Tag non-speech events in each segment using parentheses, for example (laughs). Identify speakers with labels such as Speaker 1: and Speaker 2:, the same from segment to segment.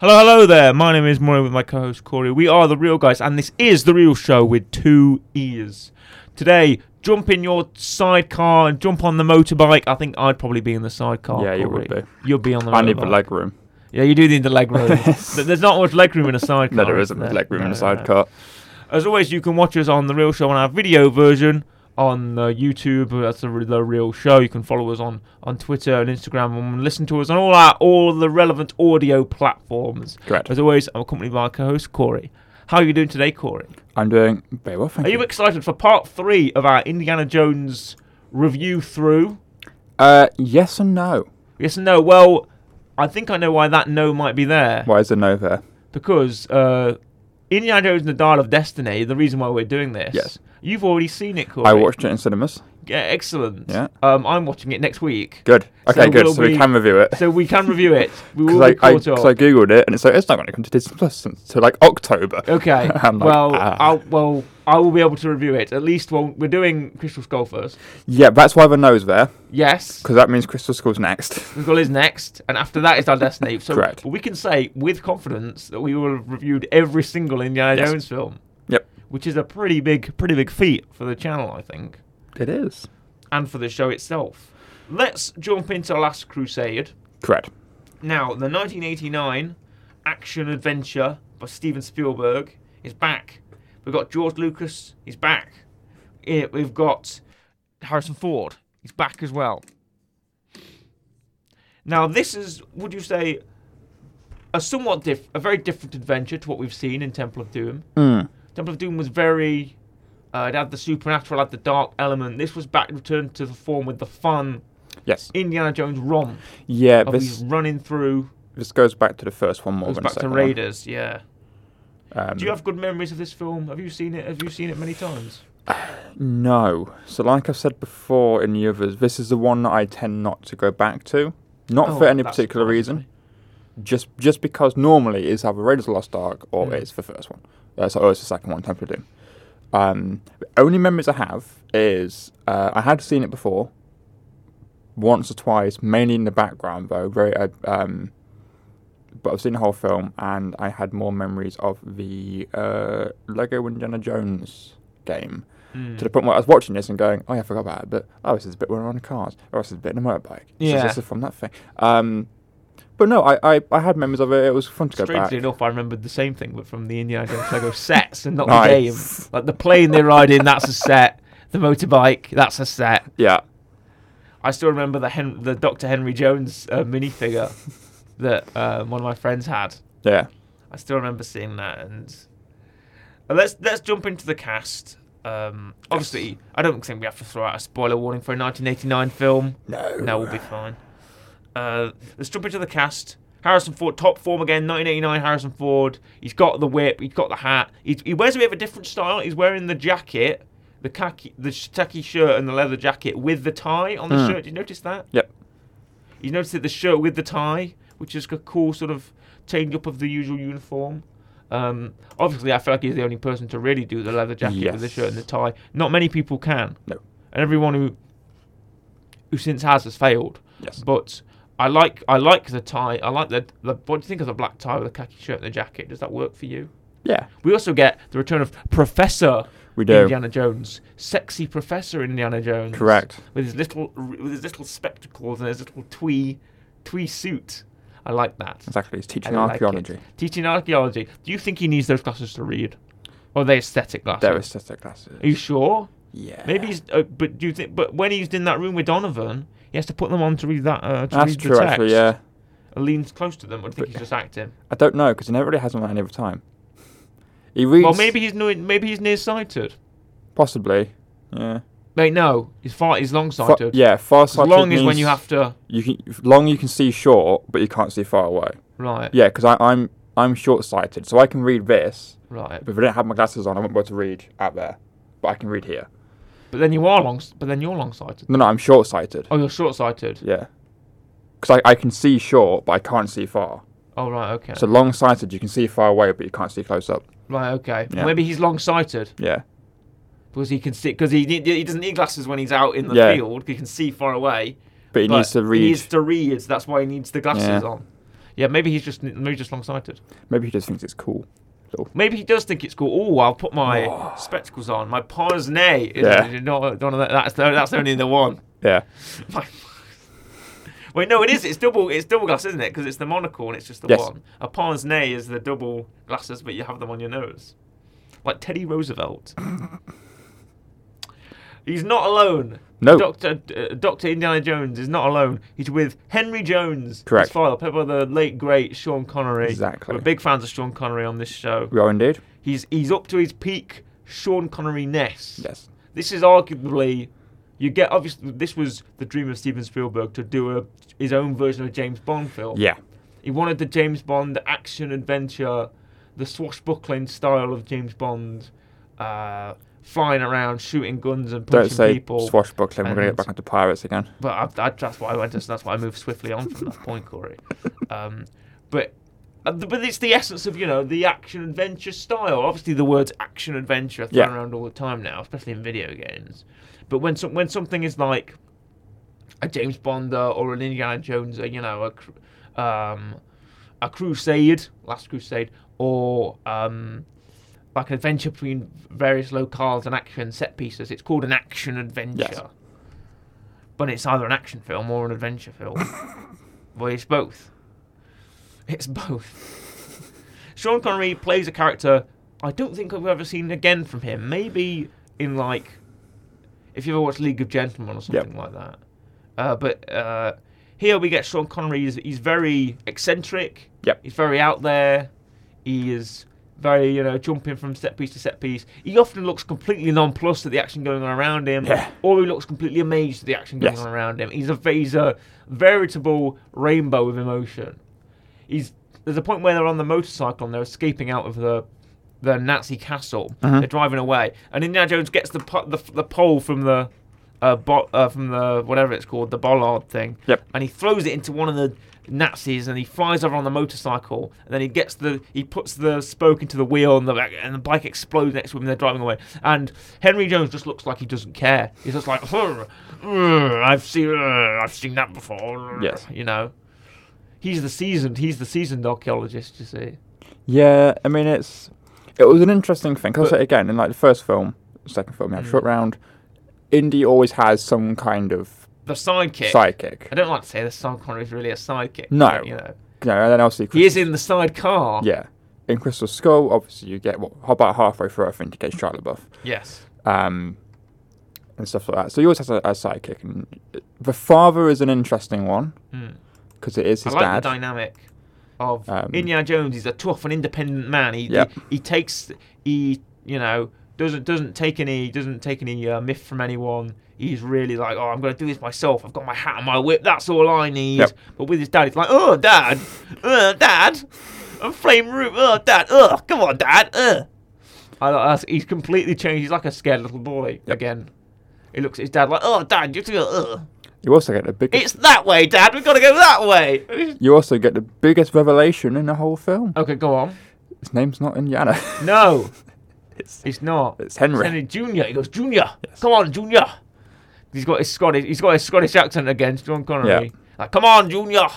Speaker 1: Hello, hello there. My name is Murray with my co host Corey. We are The Real Guys, and this is The Real Show with two ears. Today, jump in your sidecar and jump on the motorbike. I think I'd probably be in the sidecar.
Speaker 2: Yeah, you
Speaker 1: Corey.
Speaker 2: would be.
Speaker 1: You'll be on the
Speaker 2: I need the
Speaker 1: motorbike.
Speaker 2: leg room.
Speaker 1: Yeah, you do need the
Speaker 2: (laughs)
Speaker 1: leg room. Th- There's not much leg room in a sidecar.
Speaker 2: No, there
Speaker 1: Oh, is
Speaker 2: isn't
Speaker 1: there?
Speaker 2: leg room in
Speaker 1: No,
Speaker 2: the
Speaker 1: no, no.
Speaker 2: sidecar.
Speaker 1: As always, you can watch us on The Real Show on our video version on uh, YouTube. uh, That's The, Re- the Real Show. You can follow us on, on Twitter and Instagram and listen to us on all our all the relevant audio platforms.
Speaker 2: Correct.
Speaker 1: As always, I'm accompanied by our co-host Corey. How are you doing today, Corey?
Speaker 2: I'm doing very well, thank
Speaker 1: Are
Speaker 2: you.
Speaker 1: you excited for part three of our Indiana Jones review through?
Speaker 2: uh, yes and no.
Speaker 1: Yes and no. Well, I think I know why that no might be there.
Speaker 2: Why is there no there?
Speaker 1: Because uh, Indiana Jones and the Dial of Destiny, the reason why we're doing this.
Speaker 2: Yes.
Speaker 1: You've already seen it, Corey.
Speaker 2: I watched it in cinemas.
Speaker 1: Yeah, excellent.
Speaker 2: Yeah.
Speaker 1: Um, I'm watching it next week.
Speaker 2: Good. Okay, good.
Speaker 1: we'll
Speaker 2: so we
Speaker 1: be-
Speaker 2: can review it.
Speaker 1: So we can review
Speaker 2: (laughs)
Speaker 1: it. We will
Speaker 2: Because
Speaker 1: be
Speaker 2: I, I,
Speaker 1: caught up.
Speaker 2: 'cause I googled it and it's like it's not going to come to Disney Plus until like October. (laughs)
Speaker 1: Okay.
Speaker 2: I'm like,
Speaker 1: well,
Speaker 2: ah.
Speaker 1: I'll, well, I will be able to review it. At least well, we're doing Crystal Skull first.
Speaker 2: Yeah, that's why the no's there
Speaker 1: Yes.
Speaker 2: because that means Crystal Skull's next. (laughs)
Speaker 1: Crystal Skull is next, and after that is our Destiny. So
Speaker 2: Correct.
Speaker 1: we can say with confidence that we will have reviewed every single Indiana
Speaker 2: Yes.
Speaker 1: Jones film,
Speaker 2: yep,
Speaker 1: which is a pretty big, pretty big feat for the channel, I think,
Speaker 2: it is
Speaker 1: and for the show itself. Let's jump into Last Crusade.
Speaker 2: correct.
Speaker 1: Now, the 1989 action adventure by Steven Spielberg is back. We've got George Lucas, he's back. Eh, We've got Harrison Ford, he's back as well. Now, this is, would you say, a somewhat diff, a very different adventure to what we've seen in Temple of Doom.
Speaker 2: Mm.
Speaker 1: Temple of Doom was very, uh, it had the supernatural, it had the dark element. This was back returned to the form with the fun
Speaker 2: Yes.
Speaker 1: Indiana Jones romp
Speaker 2: Yeah,
Speaker 1: of he's
Speaker 2: this
Speaker 1: running through
Speaker 2: this goes back to the first one more
Speaker 1: goes
Speaker 2: than
Speaker 1: back
Speaker 2: the
Speaker 1: to
Speaker 2: second
Speaker 1: Raiders, yeah.
Speaker 2: One. Um,
Speaker 1: Do you have good memories of this film? Have you seen it? Have you seen it many times?
Speaker 2: No. So, like I've said before in the others, this is the one that I tend not to go back to. Not
Speaker 1: Oh,
Speaker 2: for any
Speaker 1: that
Speaker 2: particular
Speaker 1: surprises
Speaker 2: reason.
Speaker 1: me.
Speaker 2: Just just because normally it's either Raiders of the Lost Ark or
Speaker 1: Mm.
Speaker 2: it's the first one. Uh, so, or it's the second one, Temple of Doom. Um, the only memories I have is uh, I had seen it before, once or twice, mainly in the background though. Very, uh, um, but I've seen the whole film, and I had more memories of the uh, Lego Indiana Jones game
Speaker 1: Hmm.
Speaker 2: to the point where I was watching this and going, oh yeah, I forgot about it, but oh, this is a bit where I'm on the cars, or this is a bit in a motorbike, this
Speaker 1: Yeah.
Speaker 2: is this is from that thing. Um, but no, I, I, I had memories of it. It was fun to go
Speaker 1: Strangely
Speaker 2: back.
Speaker 1: enough, I remembered the same thing, but from the Indiana Jones
Speaker 2: (laughs)
Speaker 1: Lego sets and not the
Speaker 2: Nice.
Speaker 1: game. Like the plane they ride in, that's a set. The motorbike, that's a set.
Speaker 2: Yeah,
Speaker 1: I still remember the Hen- the Doctor Henry Jones uh, minifigure that uh, one of my friends had.
Speaker 2: yeah.
Speaker 1: I still remember seeing that. And Uh, let's let's jump into the cast. Um, obviously, I don't think we have to throw out a spoiler warning for a 1989 film.
Speaker 2: No.
Speaker 1: No, we'll be fine. Uh, let's jump into the cast. Harrison Ford, top form again, 1989 Harrison Ford. He's got the whip, he's got the hat. He, he wears a bit of a different style. He's wearing the jacket, the khaki, the sh- khaki shirt and the leather jacket with the tie on the
Speaker 2: Mm.
Speaker 1: shirt. Did you notice that?
Speaker 2: Yep.
Speaker 1: You notice that the shirt with the tie, which is a cool sort of change up of the usual uniform. Um, obviously, I feel like he's the only person to really do the leather jacket with the
Speaker 2: Yes.
Speaker 1: shirt and the tie. Not many people can.
Speaker 2: No.
Speaker 1: And everyone who who since has has failed.
Speaker 2: Yes.
Speaker 1: But I like I like the tie. I like the, the what do you think of the black tie with the khaki shirt and the jacket? Does that work for you?
Speaker 2: Yeah.
Speaker 1: We also get the return of Professor
Speaker 2: We do.
Speaker 1: Indiana Jones, sexy Professor Indiana Jones.
Speaker 2: Correct.
Speaker 1: With his little with his little spectacles and his little twee twee suit. I like that.
Speaker 2: Exactly. He's teaching
Speaker 1: I like it.
Speaker 2: archaeology.
Speaker 1: Teaching archaeology. Do you think he needs those glasses to read, or are they aesthetic glasses?
Speaker 2: They're aesthetic classes.
Speaker 1: Are you sure?
Speaker 2: Yeah.
Speaker 1: Maybe he's. Uh, but do you think? But when he's in that room with Donovan, he has to put them on to read that. Uh, to
Speaker 2: That's
Speaker 1: read
Speaker 2: true,
Speaker 1: the text.
Speaker 2: actually, yeah.
Speaker 1: And leans close to them. Or do you think
Speaker 2: But-
Speaker 1: he's just acting?
Speaker 2: I don't know, because he never really has them at any other time. He reads.
Speaker 1: Well, maybe he's no, maybe he's nearsighted.
Speaker 2: Possibly. Yeah.
Speaker 1: Wait, no, he's far. He's
Speaker 2: Fa-
Speaker 1: long-sighted.
Speaker 2: yeah, far
Speaker 1: As long as when you have to.
Speaker 2: You can, long you can see short, but you can't see far away.
Speaker 1: Right.
Speaker 2: Yeah, because I'm I'm short sighted, so I can read this,
Speaker 1: Right.
Speaker 2: but if I don't have my glasses on, I won't be able to read out there. But I can read here.
Speaker 1: But then you are long. But then you're long-sighted.
Speaker 2: No, no, I'm short sighted.
Speaker 1: Oh, you're short-sighted.
Speaker 2: Yeah, because I, I can see short, but I can't see far.
Speaker 1: Oh, right. Okay.
Speaker 2: So long sighted, you can see far away, but you can't see close up.
Speaker 1: right. Okay.
Speaker 2: Yeah.
Speaker 1: Maybe he's long-sighted
Speaker 2: Yeah,
Speaker 1: because he can see because he need- he doesn't need glasses when he's out in the
Speaker 2: Yeah.
Speaker 1: field. He can see far away.
Speaker 2: but he
Speaker 1: but
Speaker 2: needs to read.
Speaker 1: He needs to read. That's why he needs the glasses
Speaker 2: Yeah.
Speaker 1: on. Yeah, maybe he's just maybe just long-sighted.
Speaker 2: Maybe he just thinks it's cool. Little
Speaker 1: Maybe he does think it's cool. Oh, I'll put my spectacles on. My pince nez. is-
Speaker 2: Yeah.
Speaker 1: no, no, no, that's the, that's only the one. (laughs)
Speaker 2: Yeah.
Speaker 1: My- Wait, no, it is. It's double. It's double glass, isn't it? Because it's the monocle and it's just the
Speaker 2: Yes.
Speaker 1: one. A pince nez is the double glasses, but you have them on your nose, like Teddy
Speaker 2: (coughs)
Speaker 1: Roosevelt. He's not alone.
Speaker 2: No.
Speaker 1: Doctor uh, Doctor Indiana Jones is not alone. He's with Henry Jones.
Speaker 2: Correct.
Speaker 1: His father, played by the late great Sean Connery.
Speaker 2: Exactly.
Speaker 1: We're big fans of Sean Connery on this show.
Speaker 2: We are indeed.
Speaker 1: He's he's up to his peak Sean Connery ness.
Speaker 2: Yes.
Speaker 1: This is arguably, you get obviously this was the dream of Steven Spielberg to do a, his own version of a James Bond film.
Speaker 2: Yeah.
Speaker 1: He wanted the James Bond action adventure, the swashbuckling style of James Bond, uh, flying around, shooting guns and punching
Speaker 2: Don't say
Speaker 1: people.
Speaker 2: swashbuckling. We're going to
Speaker 1: and-
Speaker 2: get back into pirates again.
Speaker 1: But I, I, that's why I went. That's why I moved swiftly on from that point, Corey. Um, but uh, th- but it's the essence of you know the action adventure style. Obviously, the words action adventure are thrown
Speaker 2: Yeah.
Speaker 1: around all the time now, especially in video games. But when some, when something is like a James Bond or an Indiana Jones, or, you know, a cr- um, a Crusade, Last Crusade, or um, like an adventure between various locales and action set pieces. It's called an action adventure.
Speaker 2: Yes.
Speaker 1: But it's either an action film or an adventure film. well, it's both. It's both. Sean Connery plays a character I don't think I've ever seen again from him. Maybe in like, if you ever watched League of Gentlemen or something like that. Uh, but uh, here we get Sean Connery. He's, he's very eccentric.
Speaker 2: Yep.
Speaker 1: He's very out there. He is very, you know, jumping from set piece to set piece. He often looks completely nonplussed at the action going on around him,
Speaker 2: Yeah.
Speaker 1: or he looks completely amazed at the action going
Speaker 2: Yes.
Speaker 1: on around him. He's a he's a veritable rainbow of emotion. He's there's a point where they're on the motorcycle and they're escaping out of the the Nazi castle.
Speaker 2: Uh-huh.
Speaker 1: They're driving away, and Indiana Jones gets the po- the, the pole from the uh, bo- uh, from the whatever it's called, the bollard thing.
Speaker 2: Yep.
Speaker 1: And he throws it into one of the Nazis, and he flies over on the motorcycle, and then he gets the he puts the spoke into the wheel, and the back, and the bike explodes next to him. And they're driving away, and Henry Jones just looks like he doesn't care. He's just like, "Ugh, ugh, I've seen, ugh, I've seen that before. ugh,"
Speaker 2: Yes.
Speaker 1: You know, he's the seasoned, he's the seasoned archaeologist. You see.
Speaker 2: Yeah, I mean it's it was an interesting thing because
Speaker 1: But-
Speaker 2: again in like the first film, second film, yeah, short round, indie always has some kind of
Speaker 1: The sidekick. I
Speaker 2: sidekick.
Speaker 1: don't like to say the Sean Connery is really a sidekick.
Speaker 2: No.
Speaker 1: but, you know,
Speaker 2: You know, and then obviously
Speaker 1: he is in the sidecar.
Speaker 2: yeah. In Crystal Skull, obviously you get what about halfway through I think you get Charlotte Buff.
Speaker 1: Yes.
Speaker 2: um, and stuff like that. So he always has a, a sidekick, and the father is an interesting one
Speaker 1: Mm.
Speaker 2: because it is his
Speaker 1: I like
Speaker 2: dad.
Speaker 1: the dynamic of
Speaker 2: Um,
Speaker 1: Indiana Jones. He's a tough and independent man. He,
Speaker 2: Yep.
Speaker 1: he he takes he you know doesn't doesn't take any doesn't take any uh, myth from anyone. He's really like, oh, I'm gonna do this myself. I've got my hat and my whip. That's all I need.
Speaker 2: Yep.
Speaker 1: But with his dad, it's like, oh, dad, uh, dad, I'm flame room. Oh, dad, oh, come on, dad. Uh. I like that's, he's completely changed. He's like a scared little boy again. He looks at his dad like, oh, dad, you have to go. Uh.
Speaker 2: you also get the biggest.
Speaker 1: It's that way, dad. We've got to go that way.
Speaker 2: you also get the biggest revelation in the whole film.
Speaker 1: okay, go on.
Speaker 2: His name's not Indiana.
Speaker 1: No,
Speaker 2: (laughs) it's,
Speaker 1: it's not.
Speaker 2: it's Henry.
Speaker 1: Henry Junior. He goes Junior. Come on, Junior. He's got his Scottish. He's got his Scottish accent again. Sean Connery.
Speaker 2: Yeah.
Speaker 1: Like, come on, Junior.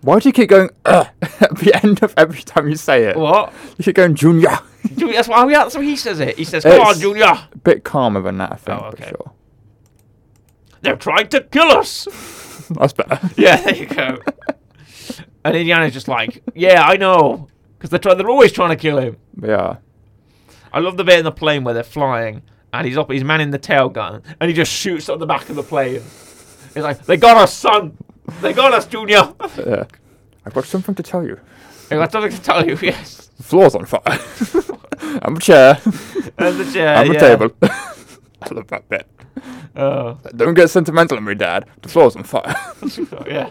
Speaker 2: Why do you keep going "Ugh" (laughs) at the end of every time you say it? (laughs)
Speaker 1: What?
Speaker 2: You keep going Junior. (laughs)
Speaker 1: Junior. That's why. That's how he says it. He says, "Come
Speaker 2: It's-
Speaker 1: on, Junior.
Speaker 2: a bit calmer than that, I think,
Speaker 1: Oh,
Speaker 2: for
Speaker 1: okay.
Speaker 2: sure. (laughs)
Speaker 1: They're trying to kill us."
Speaker 2: That's better.
Speaker 1: (laughs) yeah, there you go. and Indiana's just like, "Yeah, I know," because they're try- They're always trying to kill him.
Speaker 2: yeah.
Speaker 1: I love the bit in the plane where they're flying and he's up, he's manning the tail gun, and he just shoots at the back of the plane. He's like, "They got us, son. They got us, Junior." (laughs)
Speaker 2: Yeah. I've got something to tell you.
Speaker 1: I got something to tell you.
Speaker 2: (laughs)
Speaker 1: Yes,
Speaker 2: The floor's on fire. (laughs) I'm a chair.
Speaker 1: and the chair.
Speaker 2: I'm a
Speaker 1: yeah.
Speaker 2: table. (laughs) I love that bit.
Speaker 1: Oh,
Speaker 2: Don't get sentimental on me, Dad. The floor's on fire.
Speaker 1: (laughs) Oh, yeah.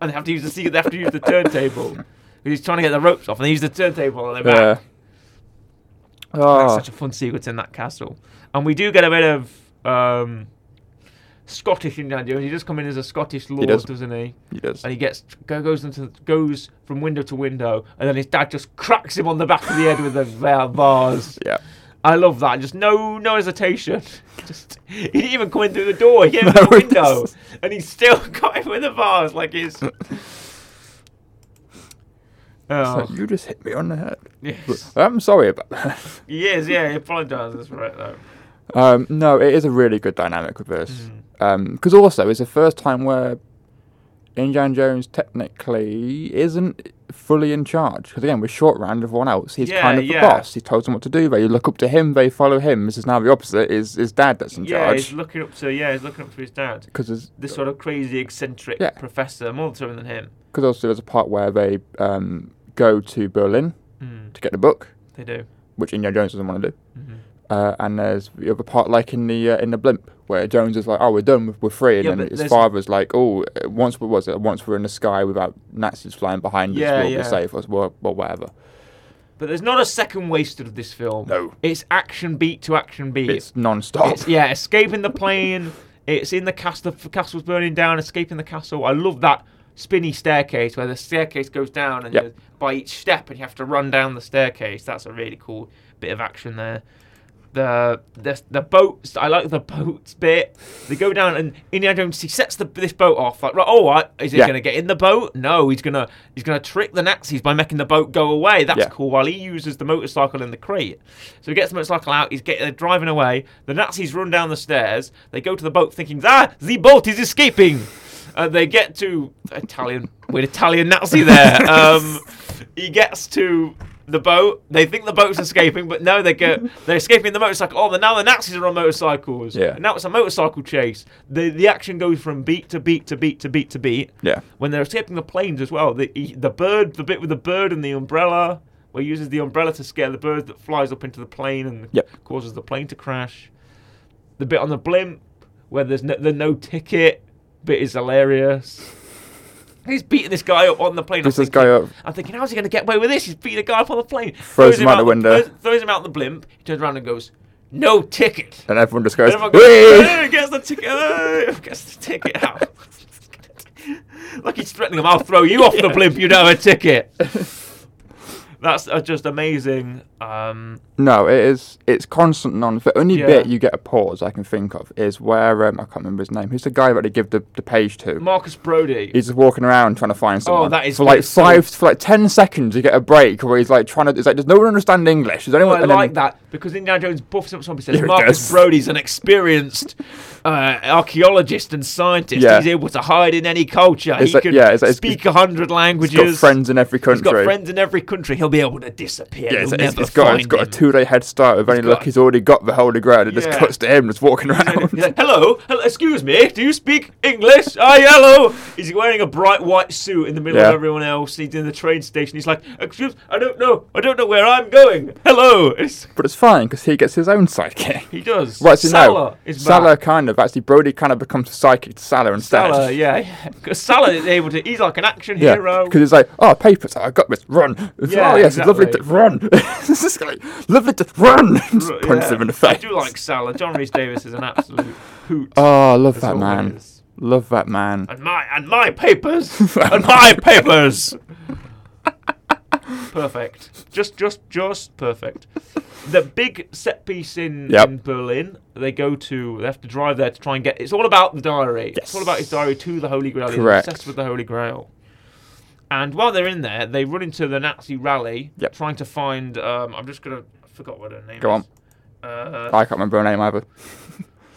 Speaker 1: and they have to use the se- they have to use the turntable. 'Cause He's trying to get the ropes off, and they use the turntable on their back.
Speaker 2: (laughs) yeah.
Speaker 1: That's
Speaker 2: Oh,
Speaker 1: such a fun sequence in that castle. And we do get a bit of um, Scottish Indiana Jones. He does come in as a Scottish lord,
Speaker 2: does.
Speaker 1: doesn't he?
Speaker 2: he does.
Speaker 1: and he gets go, goes into goes from window to window, and then his dad just cracks him on the back of the head with the va- bars.
Speaker 2: Yeah.
Speaker 1: I love that. Just no, no hesitation. (laughs) Just he didn't even come in through the door. He came
Speaker 2: No,
Speaker 1: through the
Speaker 2: it
Speaker 1: window,
Speaker 2: was-
Speaker 1: and he still (laughs) got him with the bars. Like
Speaker 2: (laughs)
Speaker 1: it's.
Speaker 2: So
Speaker 1: Oh,
Speaker 2: you just hit me on the head.
Speaker 1: yes.
Speaker 2: I'm um, sorry about that. (laughs)
Speaker 1: He is. Yeah, he apologises for it though.
Speaker 2: Um, no, it is a really good dynamic with this.
Speaker 1: Mm.
Speaker 2: Because also, it's the first time where Indiana Jones technically isn't fully in charge. Because again, with short round of one else, he's
Speaker 1: Yeah,
Speaker 2: kind of
Speaker 1: yeah.
Speaker 2: the boss. He tells them what to do. They look up to him. They follow him. This is now the opposite. Is his dad that's in
Speaker 1: Yeah, he's
Speaker 2: charge?
Speaker 1: looking up to. Yeah, he's looking up to his dad.
Speaker 2: Because
Speaker 1: This sort of crazy, eccentric
Speaker 2: Yeah.
Speaker 1: professor, more to him than him.
Speaker 2: because also there's a part where they um, go to Berlin
Speaker 1: Mm,
Speaker 2: to get the book,
Speaker 1: they do.
Speaker 2: which Indiana Jones doesn't want to do.
Speaker 1: hmm
Speaker 2: Uh, and there's the other part, like in the uh, in the blimp, where Jones is like, "Oh, we're done, we're free," and
Speaker 1: Yeah,
Speaker 2: then
Speaker 1: but
Speaker 2: his
Speaker 1: there's-
Speaker 2: father's like, "Oh, uh, once what was it? Once we're in the sky without Nazis flying behind us,
Speaker 1: Yeah,
Speaker 2: we'll
Speaker 1: yeah.
Speaker 2: be safe." Or, well, well, whatever.
Speaker 1: But there's not a second wasted of this film.
Speaker 2: No.
Speaker 1: It's action beat to action beat.
Speaker 2: It's non-stop.
Speaker 1: It's- yeah, escaping the plane. It's in the castle. The castle's burning down. Escaping the castle. I love that spinny staircase where the staircase goes down and
Speaker 2: Yep.
Speaker 1: there's- by each step, and you have to run down the staircase. That's a really cool bit of action there. The, the the boats. I like the boats bit. They go down and Indiana Jones he sets the, this boat off. Like, right, oh, what is he
Speaker 2: Yeah.
Speaker 1: gonna get in the boat? No, he's gonna he's gonna trick the Nazis by making the boat go away. That's
Speaker 2: Yeah.
Speaker 1: cool cool while he uses the motorcycle in the crate. So he gets the motorcycle out, he's get, they're driving away. The Nazis run down the stairs. They go to the boat thinking, ah, the boat is escaping. Uh, they get to Italian, with Italian Nazi
Speaker 2: (laughs)
Speaker 1: there. Um, he gets to the boat. They think the boat's escaping, but no, they go, they're escaping the motorcycle. Oh, but now the Nazis are on motorcycles.
Speaker 2: Yeah.
Speaker 1: And now it's a motorcycle chase. The, the action goes from beat to beat to beat to beat to beat
Speaker 2: (laughs) yeah,
Speaker 1: when they're escaping the planes as well. The he- the bird, the bit with the bird and the umbrella, where he uses the umbrella to scare the bird that flies up into the plane and
Speaker 2: Yep.
Speaker 1: causes the plane to crash. The bit on the blimp where there's no, the no ticket bit is hilarious. He's beating this guy up on the plane.
Speaker 2: Beats
Speaker 1: I'm
Speaker 2: this guy
Speaker 1: thinking-
Speaker 2: up.
Speaker 1: I'm thinking, how's he going to get away with this? He's beating a guy up on the plane. Throws,
Speaker 2: him out the window.
Speaker 1: Throws, throws him out the blimp. He turns around and goes, "No ticket."
Speaker 2: and everyone just goes,
Speaker 1: Then everyone goes,
Speaker 2: "Whee!"
Speaker 1: "Hey, gets the ticket, hey, gets the ticket out. (laughs) like he's threatening them, I'll throw you off the blimp, you don't have a
Speaker 2: (laughs)
Speaker 1: ticket. That's uh, just amazing. Um,
Speaker 2: No, it is. It's constant non. The only
Speaker 1: Yeah.
Speaker 2: bit you get a pause I can think of is where um, I can't remember his name. Who's the guy that they give the, the page to?
Speaker 1: Marcus Brody.
Speaker 2: He's just walking around trying to find someone.
Speaker 1: Oh, that is
Speaker 2: for like
Speaker 1: good. So-
Speaker 2: five, for like ten seconds. You get a break where he's like trying to. It's like does no one understand English? Does
Speaker 1: Oh,
Speaker 2: anyone?
Speaker 1: I
Speaker 2: and then-
Speaker 1: like that because Indiana Jones buffs up something. Says
Speaker 2: Yeah, he
Speaker 1: Marcus
Speaker 2: does.
Speaker 1: Brody's an experienced uh, archaeologist and scientist.
Speaker 2: Yeah.
Speaker 1: He's able to hide in any culture.
Speaker 2: It's
Speaker 1: he
Speaker 2: like-
Speaker 1: can
Speaker 2: yeah, it's like- it's-
Speaker 1: speak a hundred
Speaker 2: He's
Speaker 1: languages.
Speaker 2: got friends in every country.
Speaker 1: He's got friends in every country. He'll be able to disappear.
Speaker 2: Yeah,
Speaker 1: You'll
Speaker 2: it's, it's,
Speaker 1: never
Speaker 2: it's got it's
Speaker 1: find
Speaker 2: got a
Speaker 1: him.
Speaker 2: two day head start of any
Speaker 1: got-
Speaker 2: luck. He's already got the Holy Grail. It just
Speaker 1: (laughs) Yeah.
Speaker 2: cuts to him just walking around.
Speaker 1: He's like, hello, hello, excuse me, do you speak English? I hello. He's wearing a bright white suit in the middle
Speaker 2: Yeah.
Speaker 1: of everyone else. He's in the train station. He's like, excuse, I don't know, I don't know where I'm going. Hello. It's,
Speaker 2: but it's fine because he gets his own sidekick.
Speaker 1: he does.
Speaker 2: (laughs) Right, so
Speaker 1: Salah
Speaker 2: no,
Speaker 1: is
Speaker 2: Salah
Speaker 1: back.
Speaker 2: kind of actually Brody kind of becomes psychic to Salah instead.
Speaker 1: Salah, yeah, yeah. 'Cause Salah is able to. He's like an action hero.
Speaker 2: because it's like, oh, papers, I got this, run. It's,
Speaker 1: Yeah,
Speaker 2: oh, yes, it's lovely to
Speaker 1: exactly.
Speaker 2: run. (laughs) it's just like, lovely to run. (laughs) Just
Speaker 1: R-
Speaker 2: punches
Speaker 1: yeah.
Speaker 2: him in the face.
Speaker 1: I do like Salah. John Rhys Davis is an absolute hoot.
Speaker 2: Oh, I love that
Speaker 1: all it
Speaker 2: man.
Speaker 1: is.
Speaker 2: Love that man.
Speaker 1: and my and my
Speaker 2: (laughs)
Speaker 1: papers and my papers. perfect. Just just just perfect. The big set piece in,
Speaker 2: Yep.
Speaker 1: in Berlin. They go to. They have to drive there to try and get. It's all about the diary. It's all about his diary to the Holy Grail.
Speaker 2: Correct.
Speaker 1: He's obsessed with the Holy Grail. And while they're in there, they run into the Nazi rally,
Speaker 2: Yep.
Speaker 1: trying to find. Um, I'm just gonna. I forgot what her name
Speaker 2: Go
Speaker 1: is.
Speaker 2: on.
Speaker 1: Uh,
Speaker 2: I can't remember her name either.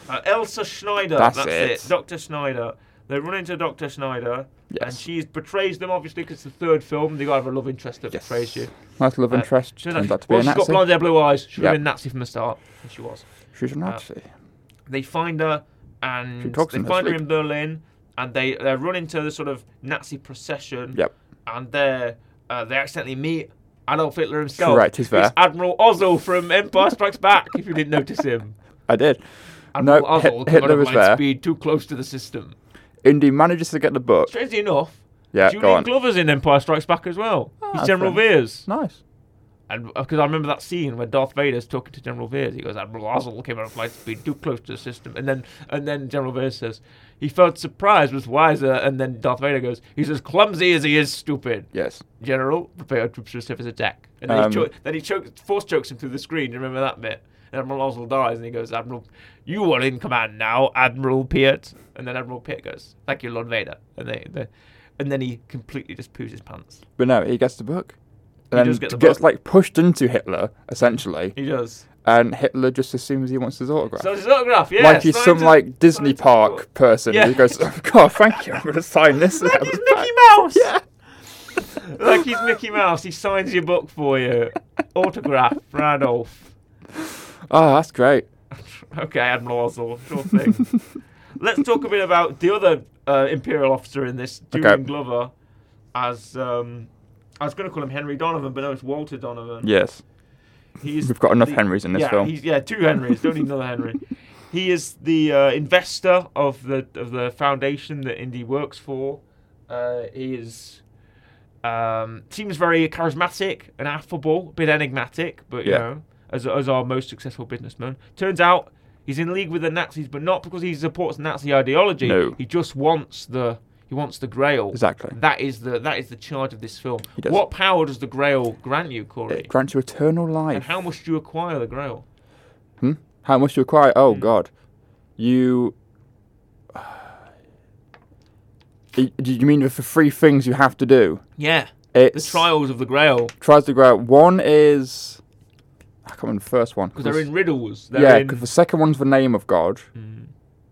Speaker 1: uh, Elsa Schneider. That's,
Speaker 2: That's
Speaker 1: it.
Speaker 2: it.
Speaker 1: Dr. Schneider. They run into Dr. Schneider. And
Speaker 2: Yes.
Speaker 1: she betrays them, obviously, because it's the third film. They got to have a love interest that betrays you.
Speaker 2: Nice love
Speaker 1: Uh,
Speaker 2: interest.
Speaker 1: she's
Speaker 2: Turns
Speaker 1: like-
Speaker 2: out to be
Speaker 1: well,
Speaker 2: a
Speaker 1: she's got
Speaker 2: Nazi.
Speaker 1: blonde Uh, hair, blue eyes. She would have
Speaker 2: Yep.
Speaker 1: been Nazi from the start. And she was.
Speaker 2: She's a Nazi.
Speaker 1: They find her,
Speaker 2: She
Speaker 1: and
Speaker 2: talks
Speaker 1: they
Speaker 2: in her
Speaker 1: find her
Speaker 2: sleep.
Speaker 1: in Berlin, and they, they run into the sort of Nazi procession.
Speaker 2: Yep.
Speaker 1: And there, uh, they accidentally meet Adolf Hitler himself.
Speaker 2: Correct, he's there.
Speaker 1: It's Admiral Ozzel from Empire Strikes Back, if you didn't notice him.
Speaker 2: I did.
Speaker 1: Admiral
Speaker 2: (laughs) No, Hit-
Speaker 1: Ozzel,
Speaker 2: Hitler was
Speaker 1: light
Speaker 2: there.
Speaker 1: speed too close to the system.
Speaker 2: Indy manages to get the book.
Speaker 1: Strangely enough,
Speaker 2: Yeah, go
Speaker 1: Julian
Speaker 2: on. Ah,
Speaker 1: Glover's in Empire Strikes Back as well. He's
Speaker 2: that's
Speaker 1: General Veers.
Speaker 2: Nice.
Speaker 1: And because I remember that scene where Darth Vader's talking to General Veers, he goes, "Admiral Ozzel came out of flight speed too close to the system," and then and then General Veers says, "He felt surprised, was wiser," and then Darth Vader goes, "He's as clumsy as he is stupid."
Speaker 2: Yes.
Speaker 1: General, prepare troops to surface attack. And then,
Speaker 2: Um,
Speaker 1: he cho- then he chokes, force chokes him through the screen. Do you remember that bit? And Admiral Oswald dies, and he goes, Admiral, you are in command now, Admiral Peart. And then Admiral Peart goes, thank you, Lord Vader. And they, they and then he completely just poos his pants.
Speaker 2: But no, he gets the book.
Speaker 1: He
Speaker 2: And
Speaker 1: does
Speaker 2: then
Speaker 1: get the
Speaker 2: gets
Speaker 1: book.
Speaker 2: like pushed into Hitler essentially,
Speaker 1: He does.
Speaker 2: and Hitler just assumes he wants his autograph.
Speaker 1: So it's an autograph, yeah.
Speaker 2: like he's some
Speaker 1: signed it-
Speaker 2: like Disney
Speaker 1: signed it.
Speaker 2: park person.
Speaker 1: Yeah.
Speaker 2: He goes,
Speaker 1: (laughs)
Speaker 2: oh, "God, thank you. I'm going to sign this." (laughs)
Speaker 1: Like
Speaker 2: out
Speaker 1: he's
Speaker 2: the back."
Speaker 1: Mickey Mouse.
Speaker 2: Yeah.
Speaker 1: (laughs) like he's Mickey Mouse. He signs your book for
Speaker 2: (laughs)
Speaker 1: you. Autograph, Randolph.
Speaker 2: Oh, that's great.
Speaker 1: (laughs) Okay, Admiral Oswald, sure thing. Let's talk a bit about the other uh, Imperial officer in this, Julian
Speaker 2: Okay.
Speaker 1: Glover, as um, I was going to call him Henry Donovan, but no, it's Walter Donovan.
Speaker 2: Yes.
Speaker 1: He's
Speaker 2: We've got enough Henrys in this
Speaker 1: yeah,
Speaker 2: film.
Speaker 1: He's, yeah, two Henrys. Don't need another Henry.
Speaker 2: (laughs)
Speaker 1: He is the uh, investor of the of the foundation that Indy works for. Uh, he is um, seems very charismatic and affable, a bit enigmatic, but you
Speaker 2: Yeah.
Speaker 1: know, as as our most successful businessman. Turns out he's in league with the Nazis, but not because he supports Nazi ideology.
Speaker 2: No.
Speaker 1: He just wants the he wants the Grail.
Speaker 2: Exactly.
Speaker 1: That is the that is the charge of this film.
Speaker 2: He does.
Speaker 1: What power does the Grail grant you, Corey?
Speaker 2: It grants you eternal
Speaker 1: And
Speaker 2: life.
Speaker 1: how much do you acquire the Grail?
Speaker 2: Hmm? How much do you acquire? Oh
Speaker 1: Hmm.
Speaker 2: God, you. (sighs) Do you mean for three things you have to do?
Speaker 1: Yeah, the
Speaker 2: It's
Speaker 1: trials of the Grail
Speaker 2: tries to grow. One is I can't remember the first one.
Speaker 1: because they're in riddles. They're
Speaker 2: yeah,
Speaker 1: in,
Speaker 2: because the second one's the name of God.
Speaker 1: Mm.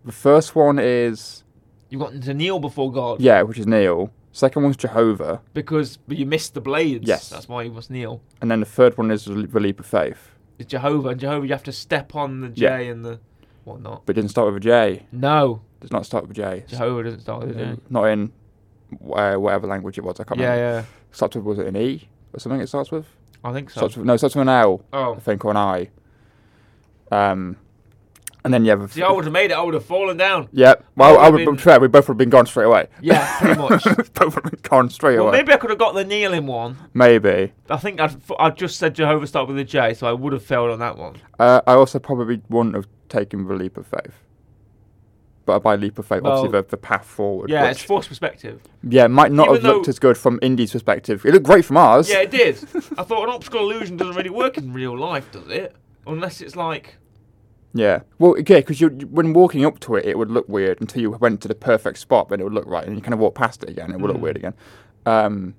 Speaker 2: The first one is
Speaker 1: you've got to kneel before God
Speaker 2: yeah, which is Neil. Second one's Jehovah,
Speaker 1: because but you missed the blades.
Speaker 2: Yes.
Speaker 1: that's why you must kneel.
Speaker 2: and then the third one is the leap of faith,
Speaker 1: It's Jehovah and Jehovah. You have to step on the J
Speaker 2: Yeah.
Speaker 1: and the whatnot.
Speaker 2: but it doesn't start with a J.
Speaker 1: No,
Speaker 2: It does not start with a J. It's
Speaker 1: Jehovah doesn't start with a J.
Speaker 2: Not in uh, whatever language it was. I can't
Speaker 1: Yeah,
Speaker 2: remember.
Speaker 1: yeah,
Speaker 2: Starts with was it an E or something? It starts with.
Speaker 1: I think so.
Speaker 2: Starts with, no, starts with an L. I
Speaker 1: oh,
Speaker 2: think or an I. Um, and then you have. A,
Speaker 1: see, I would have made it. I would have fallen down.
Speaker 2: Yep. Well,
Speaker 1: I
Speaker 2: I
Speaker 1: would've
Speaker 2: would.
Speaker 1: been-
Speaker 2: Been... Fair, we both would have been gone straight away. (laughs)
Speaker 1: Yeah, pretty much.
Speaker 2: both would have been gone straight
Speaker 1: Well,
Speaker 2: away.
Speaker 1: maybe I could have got the kneeling one.
Speaker 2: Maybe.
Speaker 1: I think I'd, I'd just said Jehovah start with a J, so I would have failed on that one.
Speaker 2: Uh, I also probably wouldn't have taken the leap of faith. But by leap of faith, obviously
Speaker 1: Well-
Speaker 2: the, the path forward.
Speaker 1: Yeah,
Speaker 2: which-
Speaker 1: it's forced perspective.
Speaker 2: yeah, might not
Speaker 1: even
Speaker 2: have looked
Speaker 1: though-
Speaker 2: as good from Indy's perspective. It looked great from ours.
Speaker 1: Yeah, it did. I thought "Oh, an optical illusion doesn't really work in real life, does it? Unless it's like
Speaker 2: Yeah. Well, yeah, because you, you- when walking up to it, it would look weird until you went to the perfect spot, then it would look right, and you kind of walk past it again, it would
Speaker 1: Mm.
Speaker 2: look weird again. Um,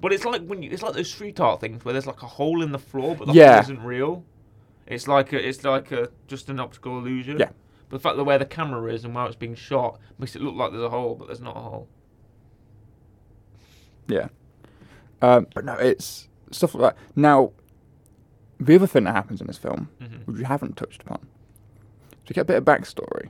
Speaker 1: But it's like when you, it's like those street art things where there's like a hole in the floor, but the hole
Speaker 2: Yeah.
Speaker 1: isn't real. It's like a, it's like a just an optical illusion.
Speaker 2: Yeah.
Speaker 1: But the fact that where the camera is and where it's being shot makes it look like there's a hole, but there's not a hole.
Speaker 2: Yeah. Um, but no, it's stuff like that. Now, the other thing that happens in this film,
Speaker 1: Mhm.
Speaker 2: which we haven't touched upon, is we get a bit of backstory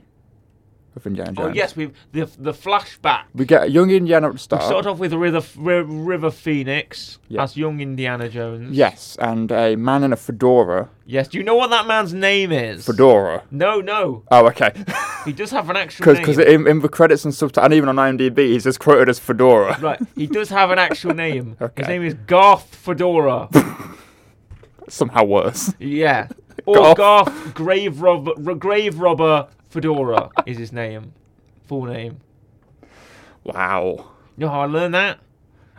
Speaker 2: of Indiana Jones.
Speaker 1: Oh yes, we've the the flashback.
Speaker 2: We get a young Indiana at the
Speaker 1: We
Speaker 2: start.
Speaker 1: started off with River Ri- River Phoenix
Speaker 2: Yeah.
Speaker 1: as young Indiana Jones.
Speaker 2: Yes, and a man in a fedora.
Speaker 1: Yes. Do you know what that man's name is?
Speaker 2: Fedora.
Speaker 1: No, no.
Speaker 2: Oh, okay. (laughs)
Speaker 1: He does have an actual name.
Speaker 2: Because in, in the credits and subtitles, and even on IMDb, he's just quoted as Fedora.
Speaker 1: Right, he does have an actual name. His
Speaker 2: Okay.
Speaker 1: name is Garth Fedora.
Speaker 2: Somehow worse. (laughs)
Speaker 1: Yeah. Or
Speaker 2: Garth.
Speaker 1: Garth Grave Robber, R- Grave Robber Fedora is his name. Full name.
Speaker 2: Wow.
Speaker 1: You know how I learned that?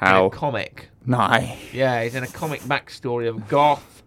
Speaker 1: In
Speaker 2: How
Speaker 1: a comic.
Speaker 2: nice.
Speaker 1: Yeah, he's in a comic backstory of Garth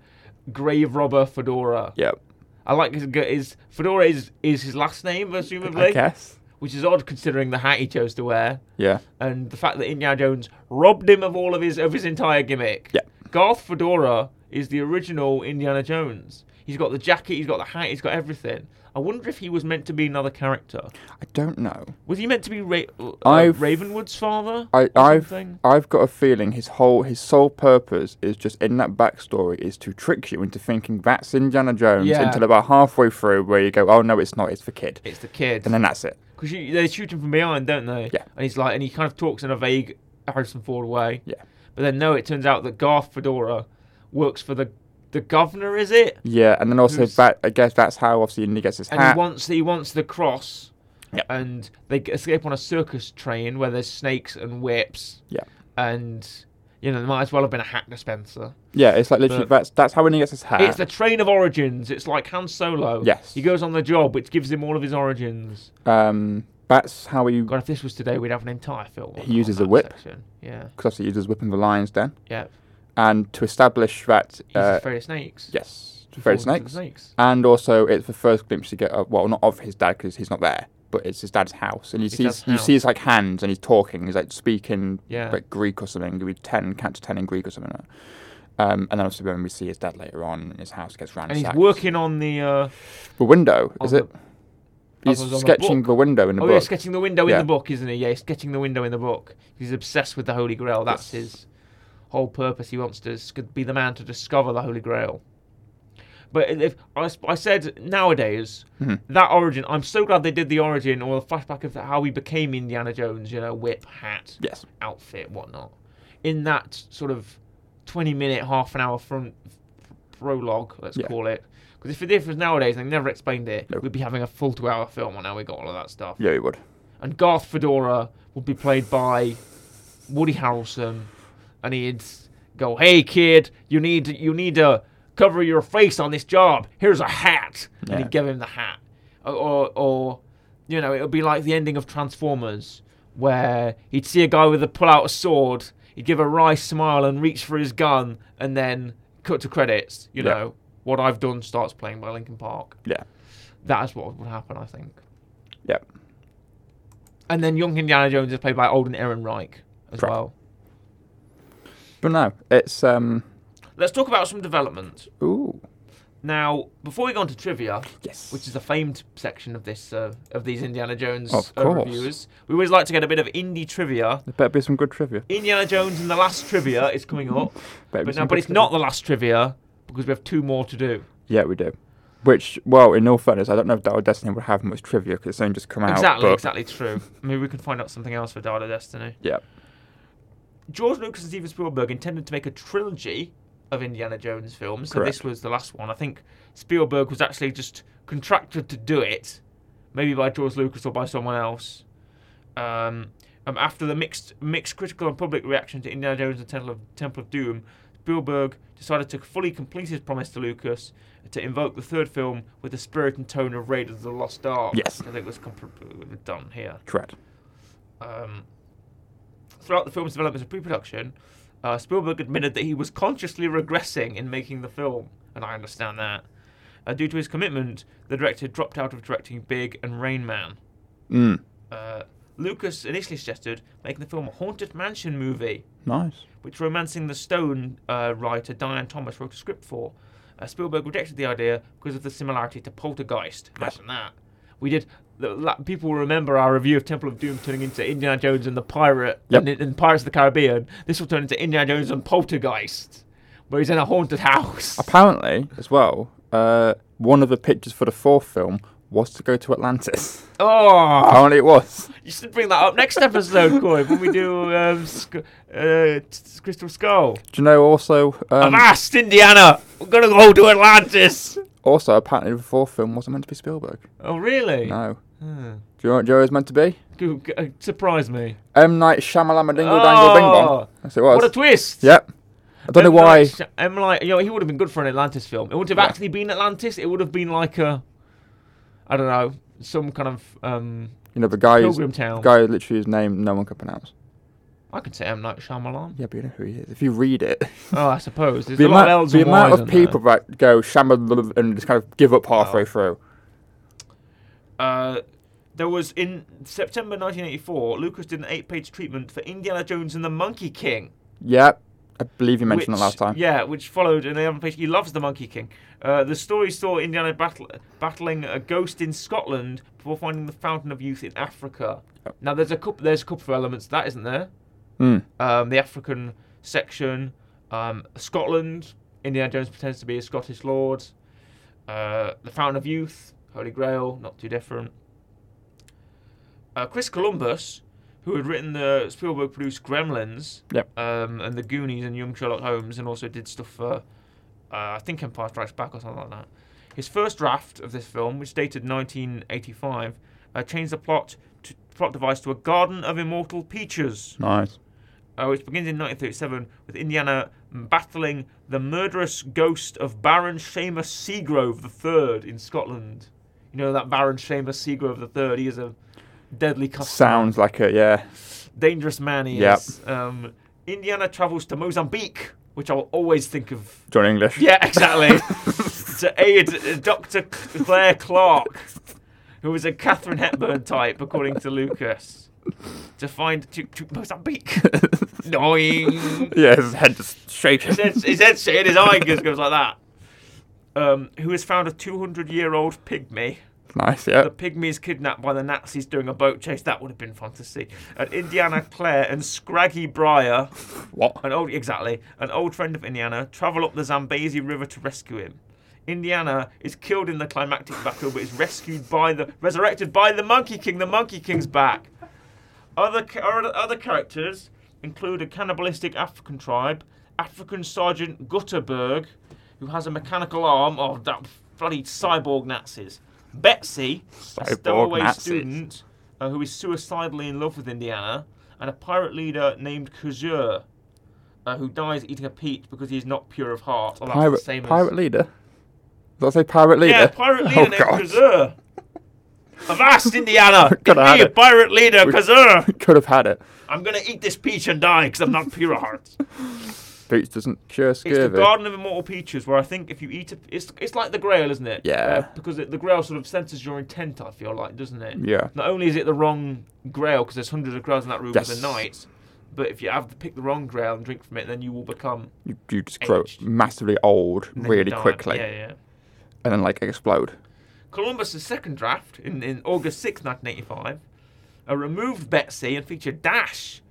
Speaker 1: Grave Robber Fedora.
Speaker 2: Yep.
Speaker 1: I like his, g- his Fedora is, is his last name,
Speaker 2: I
Speaker 1: presumably,
Speaker 2: guess.
Speaker 1: which is odd considering the hat he chose to wear
Speaker 2: Yeah.
Speaker 1: and the fact that Indiana Jones robbed him of all of his of his entire gimmick.
Speaker 2: Yeah.
Speaker 1: Garth Fedora is the original Indiana Jones. He's got the jacket, he's got the hat, he's got everything. I wonder if he was meant to be another character.
Speaker 2: I don't know.
Speaker 1: Was he meant to be Ra- uh,
Speaker 2: I've-
Speaker 1: Ravenwood's father?
Speaker 2: I,
Speaker 1: or
Speaker 2: I've
Speaker 1: something?
Speaker 2: I've got a feeling his whole his sole purpose is just in that backstory is to trick you into thinking that's Indiana Jones
Speaker 1: Yeah.
Speaker 2: until about halfway through where you go oh no it's not it's the kid
Speaker 1: It's the kid.
Speaker 2: and then that's it
Speaker 1: Because they shoot him from behind, don't they?
Speaker 2: Yeah.
Speaker 1: And he's like, and he kind of talks in a vague Harrison Ford way.
Speaker 2: Yeah.
Speaker 1: But then no, it turns out that Garth Fedora works for the the governor, is it?
Speaker 2: yeah and then also
Speaker 1: Who's-
Speaker 2: that I guess that's how obviously Indy gets his
Speaker 1: and
Speaker 2: hat
Speaker 1: he wants he wants the cross.
Speaker 2: Yep.
Speaker 1: And they g- escape on a circus train where there's snakes and whips.
Speaker 2: Yep.
Speaker 1: And you know, there might as well have been a hat dispenser.
Speaker 2: yeah it's like literally
Speaker 1: But-
Speaker 2: that's that's how Indy gets his hat
Speaker 1: It's the train of origins. It's like Han Solo.
Speaker 2: Yes.
Speaker 1: He goes on the job, which gives him all of his origins.
Speaker 2: um that's how he
Speaker 1: God, if this was today, we'd have an entire film. on-
Speaker 2: He uses
Speaker 1: on
Speaker 2: a
Speaker 1: that
Speaker 2: whip.
Speaker 1: section. Yeah.
Speaker 2: because obviously he does whipping the lions then
Speaker 1: Yeah.
Speaker 2: and to establish that
Speaker 1: He's
Speaker 2: uh,
Speaker 1: afraid of snakes.
Speaker 2: yes Afraid of
Speaker 1: Forward to the
Speaker 2: Snakes.
Speaker 1: snakes.
Speaker 2: And also, it's the first glimpse you get of well, not of his dad because he's not there, but it's his dad's house, and you
Speaker 1: His
Speaker 2: see
Speaker 1: dad's
Speaker 2: you see
Speaker 1: house.
Speaker 2: his like hands, and he's talking, he's like speaking
Speaker 1: Yeah.
Speaker 2: like Greek or something. It would be ten count to ten in Greek or something. Like that. Um, and then obviously when we see his dad later on, his house gets ransacked.
Speaker 1: And he's working on the. Uh,
Speaker 2: the window. Is
Speaker 1: on
Speaker 2: it?
Speaker 1: I was
Speaker 2: He's
Speaker 1: on the
Speaker 2: sketching
Speaker 1: book.
Speaker 2: the window in the
Speaker 1: oh,
Speaker 2: book.
Speaker 1: yeah, sketching the window
Speaker 2: Yeah.
Speaker 1: in the book, isn't he? Yeah, he's sketching the window in the book. He's obsessed with the Holy Grail. That's
Speaker 2: Yes.
Speaker 1: his whole purpose. He wants to s- be the man to discover the Holy Grail. But if I, s- I said nowadays
Speaker 2: Mhm.
Speaker 1: that origin, I'm so glad they did the origin or the flashback of how he became Indiana Jones. You know, whip, hat,
Speaker 2: Yes.
Speaker 1: outfit, whatnot. In that sort of 20 minute, half an hour front prologue, let's
Speaker 2: Yeah.
Speaker 1: call it. Because if it did for us nowadays, they never explained it.
Speaker 2: No.
Speaker 1: We'd be having a full two hour film on how we got all of that stuff.
Speaker 2: Yeah, he would.
Speaker 1: And Garth Fedora would be played by Woody Harrelson, and he'd go, "Hey kid, you need you need to cover your face on this job. Here's a hat,"
Speaker 2: Yeah.
Speaker 1: and he'd give him the hat. Or, or, or you know, it would be like the ending of Transformers, where he'd see a guy with a pull out a sword, he'd give a wry smile and reach for his gun, and then cut to credits. You
Speaker 2: Yeah.
Speaker 1: know, what I've done starts playing by Linkin Park.
Speaker 2: Yeah.
Speaker 1: That is what would happen, I think.
Speaker 2: Yep.
Speaker 1: And then young Indiana Jones is played by Olden Aaron Reich as
Speaker 2: Correct.
Speaker 1: well.
Speaker 2: But no, it's um.
Speaker 1: Let's talk about some development.
Speaker 2: Ooh.
Speaker 1: Now, before we go on to trivia,
Speaker 2: Yes.
Speaker 1: which is the famed section of this uh, of these Indiana Jones
Speaker 2: Of
Speaker 1: uh,
Speaker 2: course.
Speaker 1: reviews, we always like to get a bit of indie trivia.
Speaker 2: there better be some good trivia.
Speaker 1: Indiana Jones and the Last Trivia is coming
Speaker 2: (laughs)
Speaker 1: up,
Speaker 2: Better be
Speaker 1: but
Speaker 2: some
Speaker 1: no, but
Speaker 2: good
Speaker 1: it's
Speaker 2: trivia.
Speaker 1: not the Last Trivia because we have two more to do.
Speaker 2: Yeah, we do. Which, well, in all fairness, I don't know if Dial Destiny would have much trivia because it's only just come out.
Speaker 1: exactly,
Speaker 2: but-
Speaker 1: exactly true. Maybe we can find out something else for Dial of Destiny.
Speaker 2: Yeah.
Speaker 1: George Lucas and Steven Spielberg intended to make a trilogy of Indiana Jones films, so this
Speaker 2: Correct.
Speaker 1: was the last one. I think Spielberg was actually just contracted to do it, maybe by George Lucas or by someone else. Um, um, after the mixed mixed critical and public reaction to Indiana Jones and Temple of, Temple of Doom, Spielberg decided to fully complete his promise to Lucas to invoke the third film with the spirit and tone of Raiders of the Lost Ark.
Speaker 2: Yes.
Speaker 1: I think was comp- done here.
Speaker 2: Correct.
Speaker 1: Um, throughout the film's development and pre-production, uh, Spielberg admitted that he was consciously regressing in making the film, and I understand that. Uh, due to his commitment, the director dropped out of directing Big and Rain Man.
Speaker 2: Mm.
Speaker 1: Uh, Lucas initially suggested making the film a haunted mansion movie,
Speaker 2: Nice.
Speaker 1: which Romancing the Stone uh, writer Diane Thomas wrote a script for. Uh, Spielberg rejected the idea because of the similarity to Poltergeist. Imagine that. We did. The, la- people will remember our review of Temple of Doom turning into Indiana Jones and the Pirate
Speaker 2: Yep.
Speaker 1: and, and Pirates of the Caribbean. This will turn into Indiana Jones and Poltergeist, where he's in a haunted house.
Speaker 2: Apparently, as well, uh, one of the pictures for the fourth film was to go to Atlantis.
Speaker 1: (laughs)
Speaker 2: (laughs)
Speaker 1: Oh,
Speaker 2: Apparently, it was.
Speaker 1: you should bring that up next episode, Corey, when we do um, sc- uh, t- Crystal Skull.
Speaker 2: Do you know also? Um,
Speaker 1: Avast, Indiana! We're gonna go to
Speaker 2: (laughs)
Speaker 1: Atlantis.
Speaker 2: also, apparently, the fourth film wasn't meant to be Spielberg.
Speaker 1: Oh, really?
Speaker 2: No.
Speaker 1: Hmm.
Speaker 2: Do you know what Joe was meant to be?
Speaker 1: Go- go- uh, Surprise me.
Speaker 2: M. Night Shyamalama Dingle Dangle Bing Bong.
Speaker 1: Oh,
Speaker 2: That's it was.
Speaker 1: What a twist!
Speaker 2: yep. I don't know why.
Speaker 1: I'm like, you know, he would have been good for an Atlantis film. It would have
Speaker 2: Yeah.
Speaker 1: actually been Atlantis. It would have been like a, I don't know, some kind of um,
Speaker 2: You know, the guy, who's-
Speaker 1: pilgrim town.
Speaker 2: guy literally whose name no one could pronounce.
Speaker 1: I could say M Night Shyamalan.
Speaker 2: Yeah, but you know who he is. If you read it. (laughs)
Speaker 1: Oh, I suppose there's
Speaker 2: the
Speaker 1: a lot
Speaker 2: amount,
Speaker 1: of L's
Speaker 2: the
Speaker 1: and
Speaker 2: amount
Speaker 1: Y's in
Speaker 2: of
Speaker 1: there. Oh.
Speaker 2: people that go shaman and just kind of give up halfway through.
Speaker 1: Uh, there was in September 1984, Lucas did an eight-page treatment for Indiana Jones and the Monkey King.
Speaker 2: Yep, I believe you mentioned
Speaker 1: which-
Speaker 2: that last time.
Speaker 1: Yeah, which followed in the other page. He loves the Monkey King. Uh, the story saw Indiana battle- battling a ghost in Scotland before finding the Fountain of Youth in Africa.
Speaker 2: Yep.
Speaker 1: Now, there's a couple. There's a couple of elements to that, isn't there?
Speaker 2: Mm.
Speaker 1: Um, the African section, um, Scotland. Indiana Jones pretends to be a Scottish lord. Uh, the Fountain of Youth, Holy Grail, not too different. Uh, Chris Columbus, who had written the Spielberg produced Gremlins
Speaker 2: Yep.
Speaker 1: um, and The Goonies and Young Sherlock Holmes, and also did stuff for, uh, I think, Empire Strikes Back or something like that. His first draft of this film, which dated 1985, uh, changed the plot to, plot device to a Garden of Immortal Peaches
Speaker 2: Nice.
Speaker 1: uh, which begins in 1937 with Indiana battling the murderous ghost of Baron Seamus Seagrove III in Scotland. You know that Baron Seamus Seagrove III. He is a deadly customer,
Speaker 2: Sounds like it. Yeah.
Speaker 1: dangerous man. He
Speaker 2: Yep.
Speaker 1: is. Um, Indiana travels to Mozambique, which I'll always think of.
Speaker 2: John English. (laughs)
Speaker 1: Yeah, exactly. to aid uh, Dr. Claire Clark, who was a Catherine Hepburn type, according to Lucas, to find to, to Mozambique. Noing.
Speaker 2: yeah, his head just shaking.
Speaker 1: His head, his head shaking, his eye goes goes like that. Um, who has found a 200 year old pygmy.
Speaker 2: nice, yeah.
Speaker 1: The pygmy is kidnapped by the Nazis during a boat chase. That would have been fun to see. And Indiana Clare and Scraggy Briar,
Speaker 2: What?
Speaker 1: an old exactly, an old friend of Indiana, travel up the Zambezi River to rescue him. Indiana is killed in the climactic battle, but is rescued by the resurrected by the Monkey King. The Monkey King's back. Other ca- other other characters include a cannibalistic African tribe, African Sergeant Gutterberg, who has a mechanical arm. Oh, that bloody cyborg Nazis. Betsy, a
Speaker 2: Cyborg
Speaker 1: stowaway
Speaker 2: Nazis.
Speaker 1: student uh, who is suicidally in love with Indiana, and a pirate leader named Kazur, uh, who dies eating a peach because he is not pure of heart. Oh, that's the
Speaker 2: Pirate,
Speaker 1: same
Speaker 2: pirate
Speaker 1: as...
Speaker 2: leader? Does that say pirate leader?
Speaker 1: Yeah, pirate leader
Speaker 2: (laughs) oh,
Speaker 1: named
Speaker 2: God.
Speaker 1: Kazur.
Speaker 2: (laughs)
Speaker 1: Avast, Indiana! Give
Speaker 2: Coulda
Speaker 1: me
Speaker 2: had
Speaker 1: a
Speaker 2: it.
Speaker 1: pirate leader, Kazur!
Speaker 2: Could have had it.
Speaker 1: I'm gonna eat this peach and die because I'm not pure of
Speaker 2: (laughs)
Speaker 1: heart.
Speaker 2: Boots doesn't cure
Speaker 1: It's the
Speaker 2: scurvy.
Speaker 1: Garden of Immortal Peaches, where I think if you eat a, it's it's like the Grail, isn't it? Uh,
Speaker 2: Yeah.
Speaker 1: because it, the Grail sort of censors your intent. I feel like, doesn't it?
Speaker 2: Yeah.
Speaker 1: Not only is it the wrong Grail, because there's hundreds of Grails in that room with
Speaker 2: Yes.
Speaker 1: the knights, but if you have to pick the wrong Grail and drink from it, then you will become
Speaker 2: You, you just grow
Speaker 1: Aged.
Speaker 2: massively old
Speaker 1: then you
Speaker 2: really
Speaker 1: die.
Speaker 2: quickly
Speaker 1: Yeah, yeah.
Speaker 2: and then, like, explode.
Speaker 1: Columbus's second draft in, in August 6, 1985, uh, removed Betsy and featured Dash,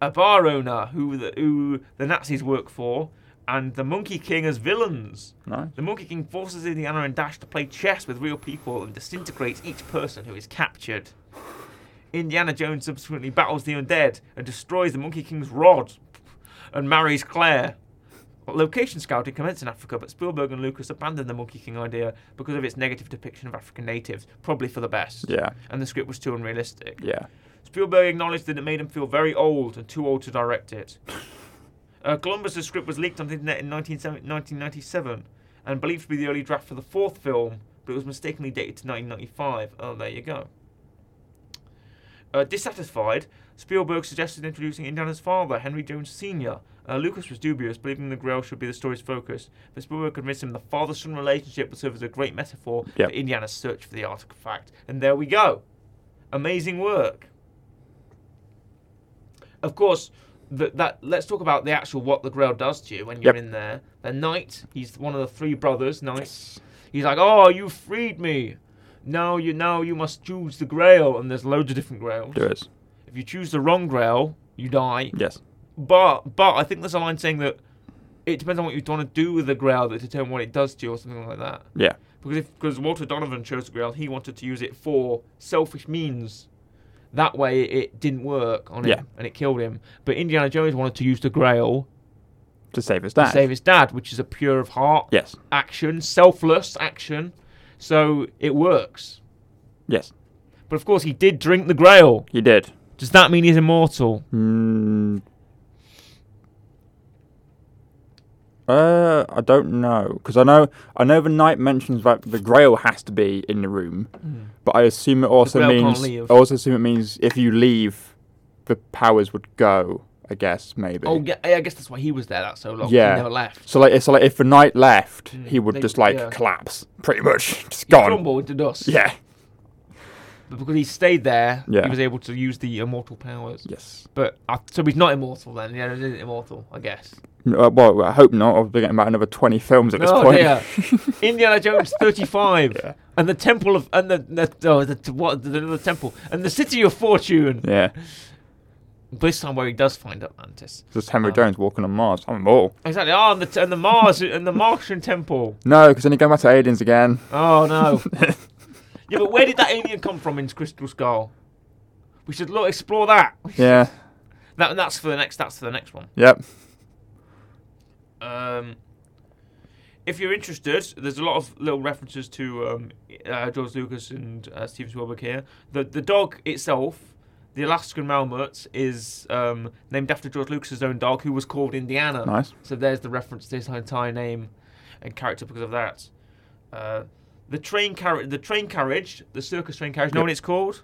Speaker 1: a bar owner who the, who the Nazis work for, and the Monkey King as villains.
Speaker 2: Nice.
Speaker 1: The Monkey King forces Indiana and Dash to play chess with real people and disintegrates each person who is captured. Indiana Jones subsequently battles the undead and destroys the Monkey King's rod and marries Claire. But location scouting commenced in Africa, but Spielberg and Lucas abandoned the Monkey King idea because of its negative depiction of African natives, probably for the best.
Speaker 2: Yeah,
Speaker 1: And the script was too unrealistic.
Speaker 2: yeah.
Speaker 1: Spielberg acknowledged that it made him feel very old and too old to direct it. Uh, Columbus's script was leaked on the internet in 1970 1997 and believed to be the early draft for the fourth film, but it was mistakenly dated to 1995. Oh, there you go. Uh, dissatisfied, Spielberg suggested introducing Indiana's father, Henry Jones Sr. Uh, Lucas was dubious, believing the Grail should be the story's focus, but Spielberg convinced him the father son relationship would serve as a great metaphor
Speaker 2: Yep.
Speaker 1: for Indiana's search for the artifact. And there we go. Amazing work of course, that that let's talk about the actual what the Grail does to you when you're
Speaker 2: Yep.
Speaker 1: in there. The knight, he's one of the three brothers. Nice. He's like, oh, you freed me. Now you now you must choose the Grail, and there's loads of different Grails.
Speaker 2: Do it.
Speaker 1: If you choose the wrong Grail, you die.
Speaker 2: Yes.
Speaker 1: But but I think there's a line saying that it depends on what you want to do with the Grail that determine what it does to you or something like that.
Speaker 2: Yeah.
Speaker 1: Because if because Walter Donovan chose the Grail, he wanted to use it for selfish means. That way, it didn't work on him,
Speaker 2: Yeah.
Speaker 1: and it killed him. But Indiana Jones wanted to use the Grail
Speaker 2: To save his
Speaker 1: to
Speaker 2: dad.
Speaker 1: save his dad, which is a pure of heart
Speaker 2: Yes.
Speaker 1: action, selfless action. So it works.
Speaker 2: Yes.
Speaker 1: But of course, he did drink the Grail.
Speaker 2: He did.
Speaker 1: Does that mean he's immortal?
Speaker 2: Mm. Uh, I don't know because I know I know the knight mentions that the Grail has to be in the room, but I assume it also
Speaker 1: Mm. Grail can't
Speaker 2: means I
Speaker 1: leave.
Speaker 2: also assume it means if you leave, the powers would go. I guess maybe.
Speaker 1: Oh, yeah, I guess that's why he was there that so long. he
Speaker 2: Yeah.
Speaker 1: never left.
Speaker 2: So like, so like, if the knight left, he would
Speaker 1: Hmm. they-
Speaker 2: just like
Speaker 1: yeah.
Speaker 2: collapse, pretty
Speaker 1: (laughs)
Speaker 2: much, just
Speaker 1: He
Speaker 2: gone.
Speaker 1: crumbled into dust.
Speaker 2: Yeah.
Speaker 1: But because he stayed there,
Speaker 2: Yeah.
Speaker 1: he was able to use the immortal powers.
Speaker 2: Yes.
Speaker 1: But uh, so he's not immortal then. Yeah, he isn't immortal, I guess.
Speaker 2: N- Uh, well, I hope not. I'll be getting about another twenty films at this
Speaker 1: Oh
Speaker 2: point. (laughs)
Speaker 1: dear. Indiana Jones thirty-five,
Speaker 2: Yeah.
Speaker 1: and the Temple of and the, the oh the what the, the Temple and the City of Fortune.
Speaker 2: yeah.
Speaker 1: This time where he does find Atlantis.
Speaker 2: Just Henry
Speaker 1: Um,
Speaker 2: Jones walking on Mars. I'm all.
Speaker 1: Exactly. Oh, and the and the Mars and the Martian Temple.
Speaker 2: No, because then you go back to aliens again. (laughs)
Speaker 1: Oh no. yeah, but where did that alien come from in Crystal Skull? We should look explore that.
Speaker 2: Yeah.
Speaker 1: That that's for the next. That's for the next one.
Speaker 2: Yep.
Speaker 1: Um, if you're interested, there's a lot of little references to um, uh, George Lucas and uh, Steven Spielberg here. The the dog itself, the Alaskan Malmert, is um, named after George Lucas's own dog, who was called Indiana.
Speaker 2: Nice.
Speaker 1: So there's the reference to his entire name and character because of that. Uh, the train carriage, the train carriage, the circus train carriage. Know
Speaker 2: Yep.
Speaker 1: what it's called?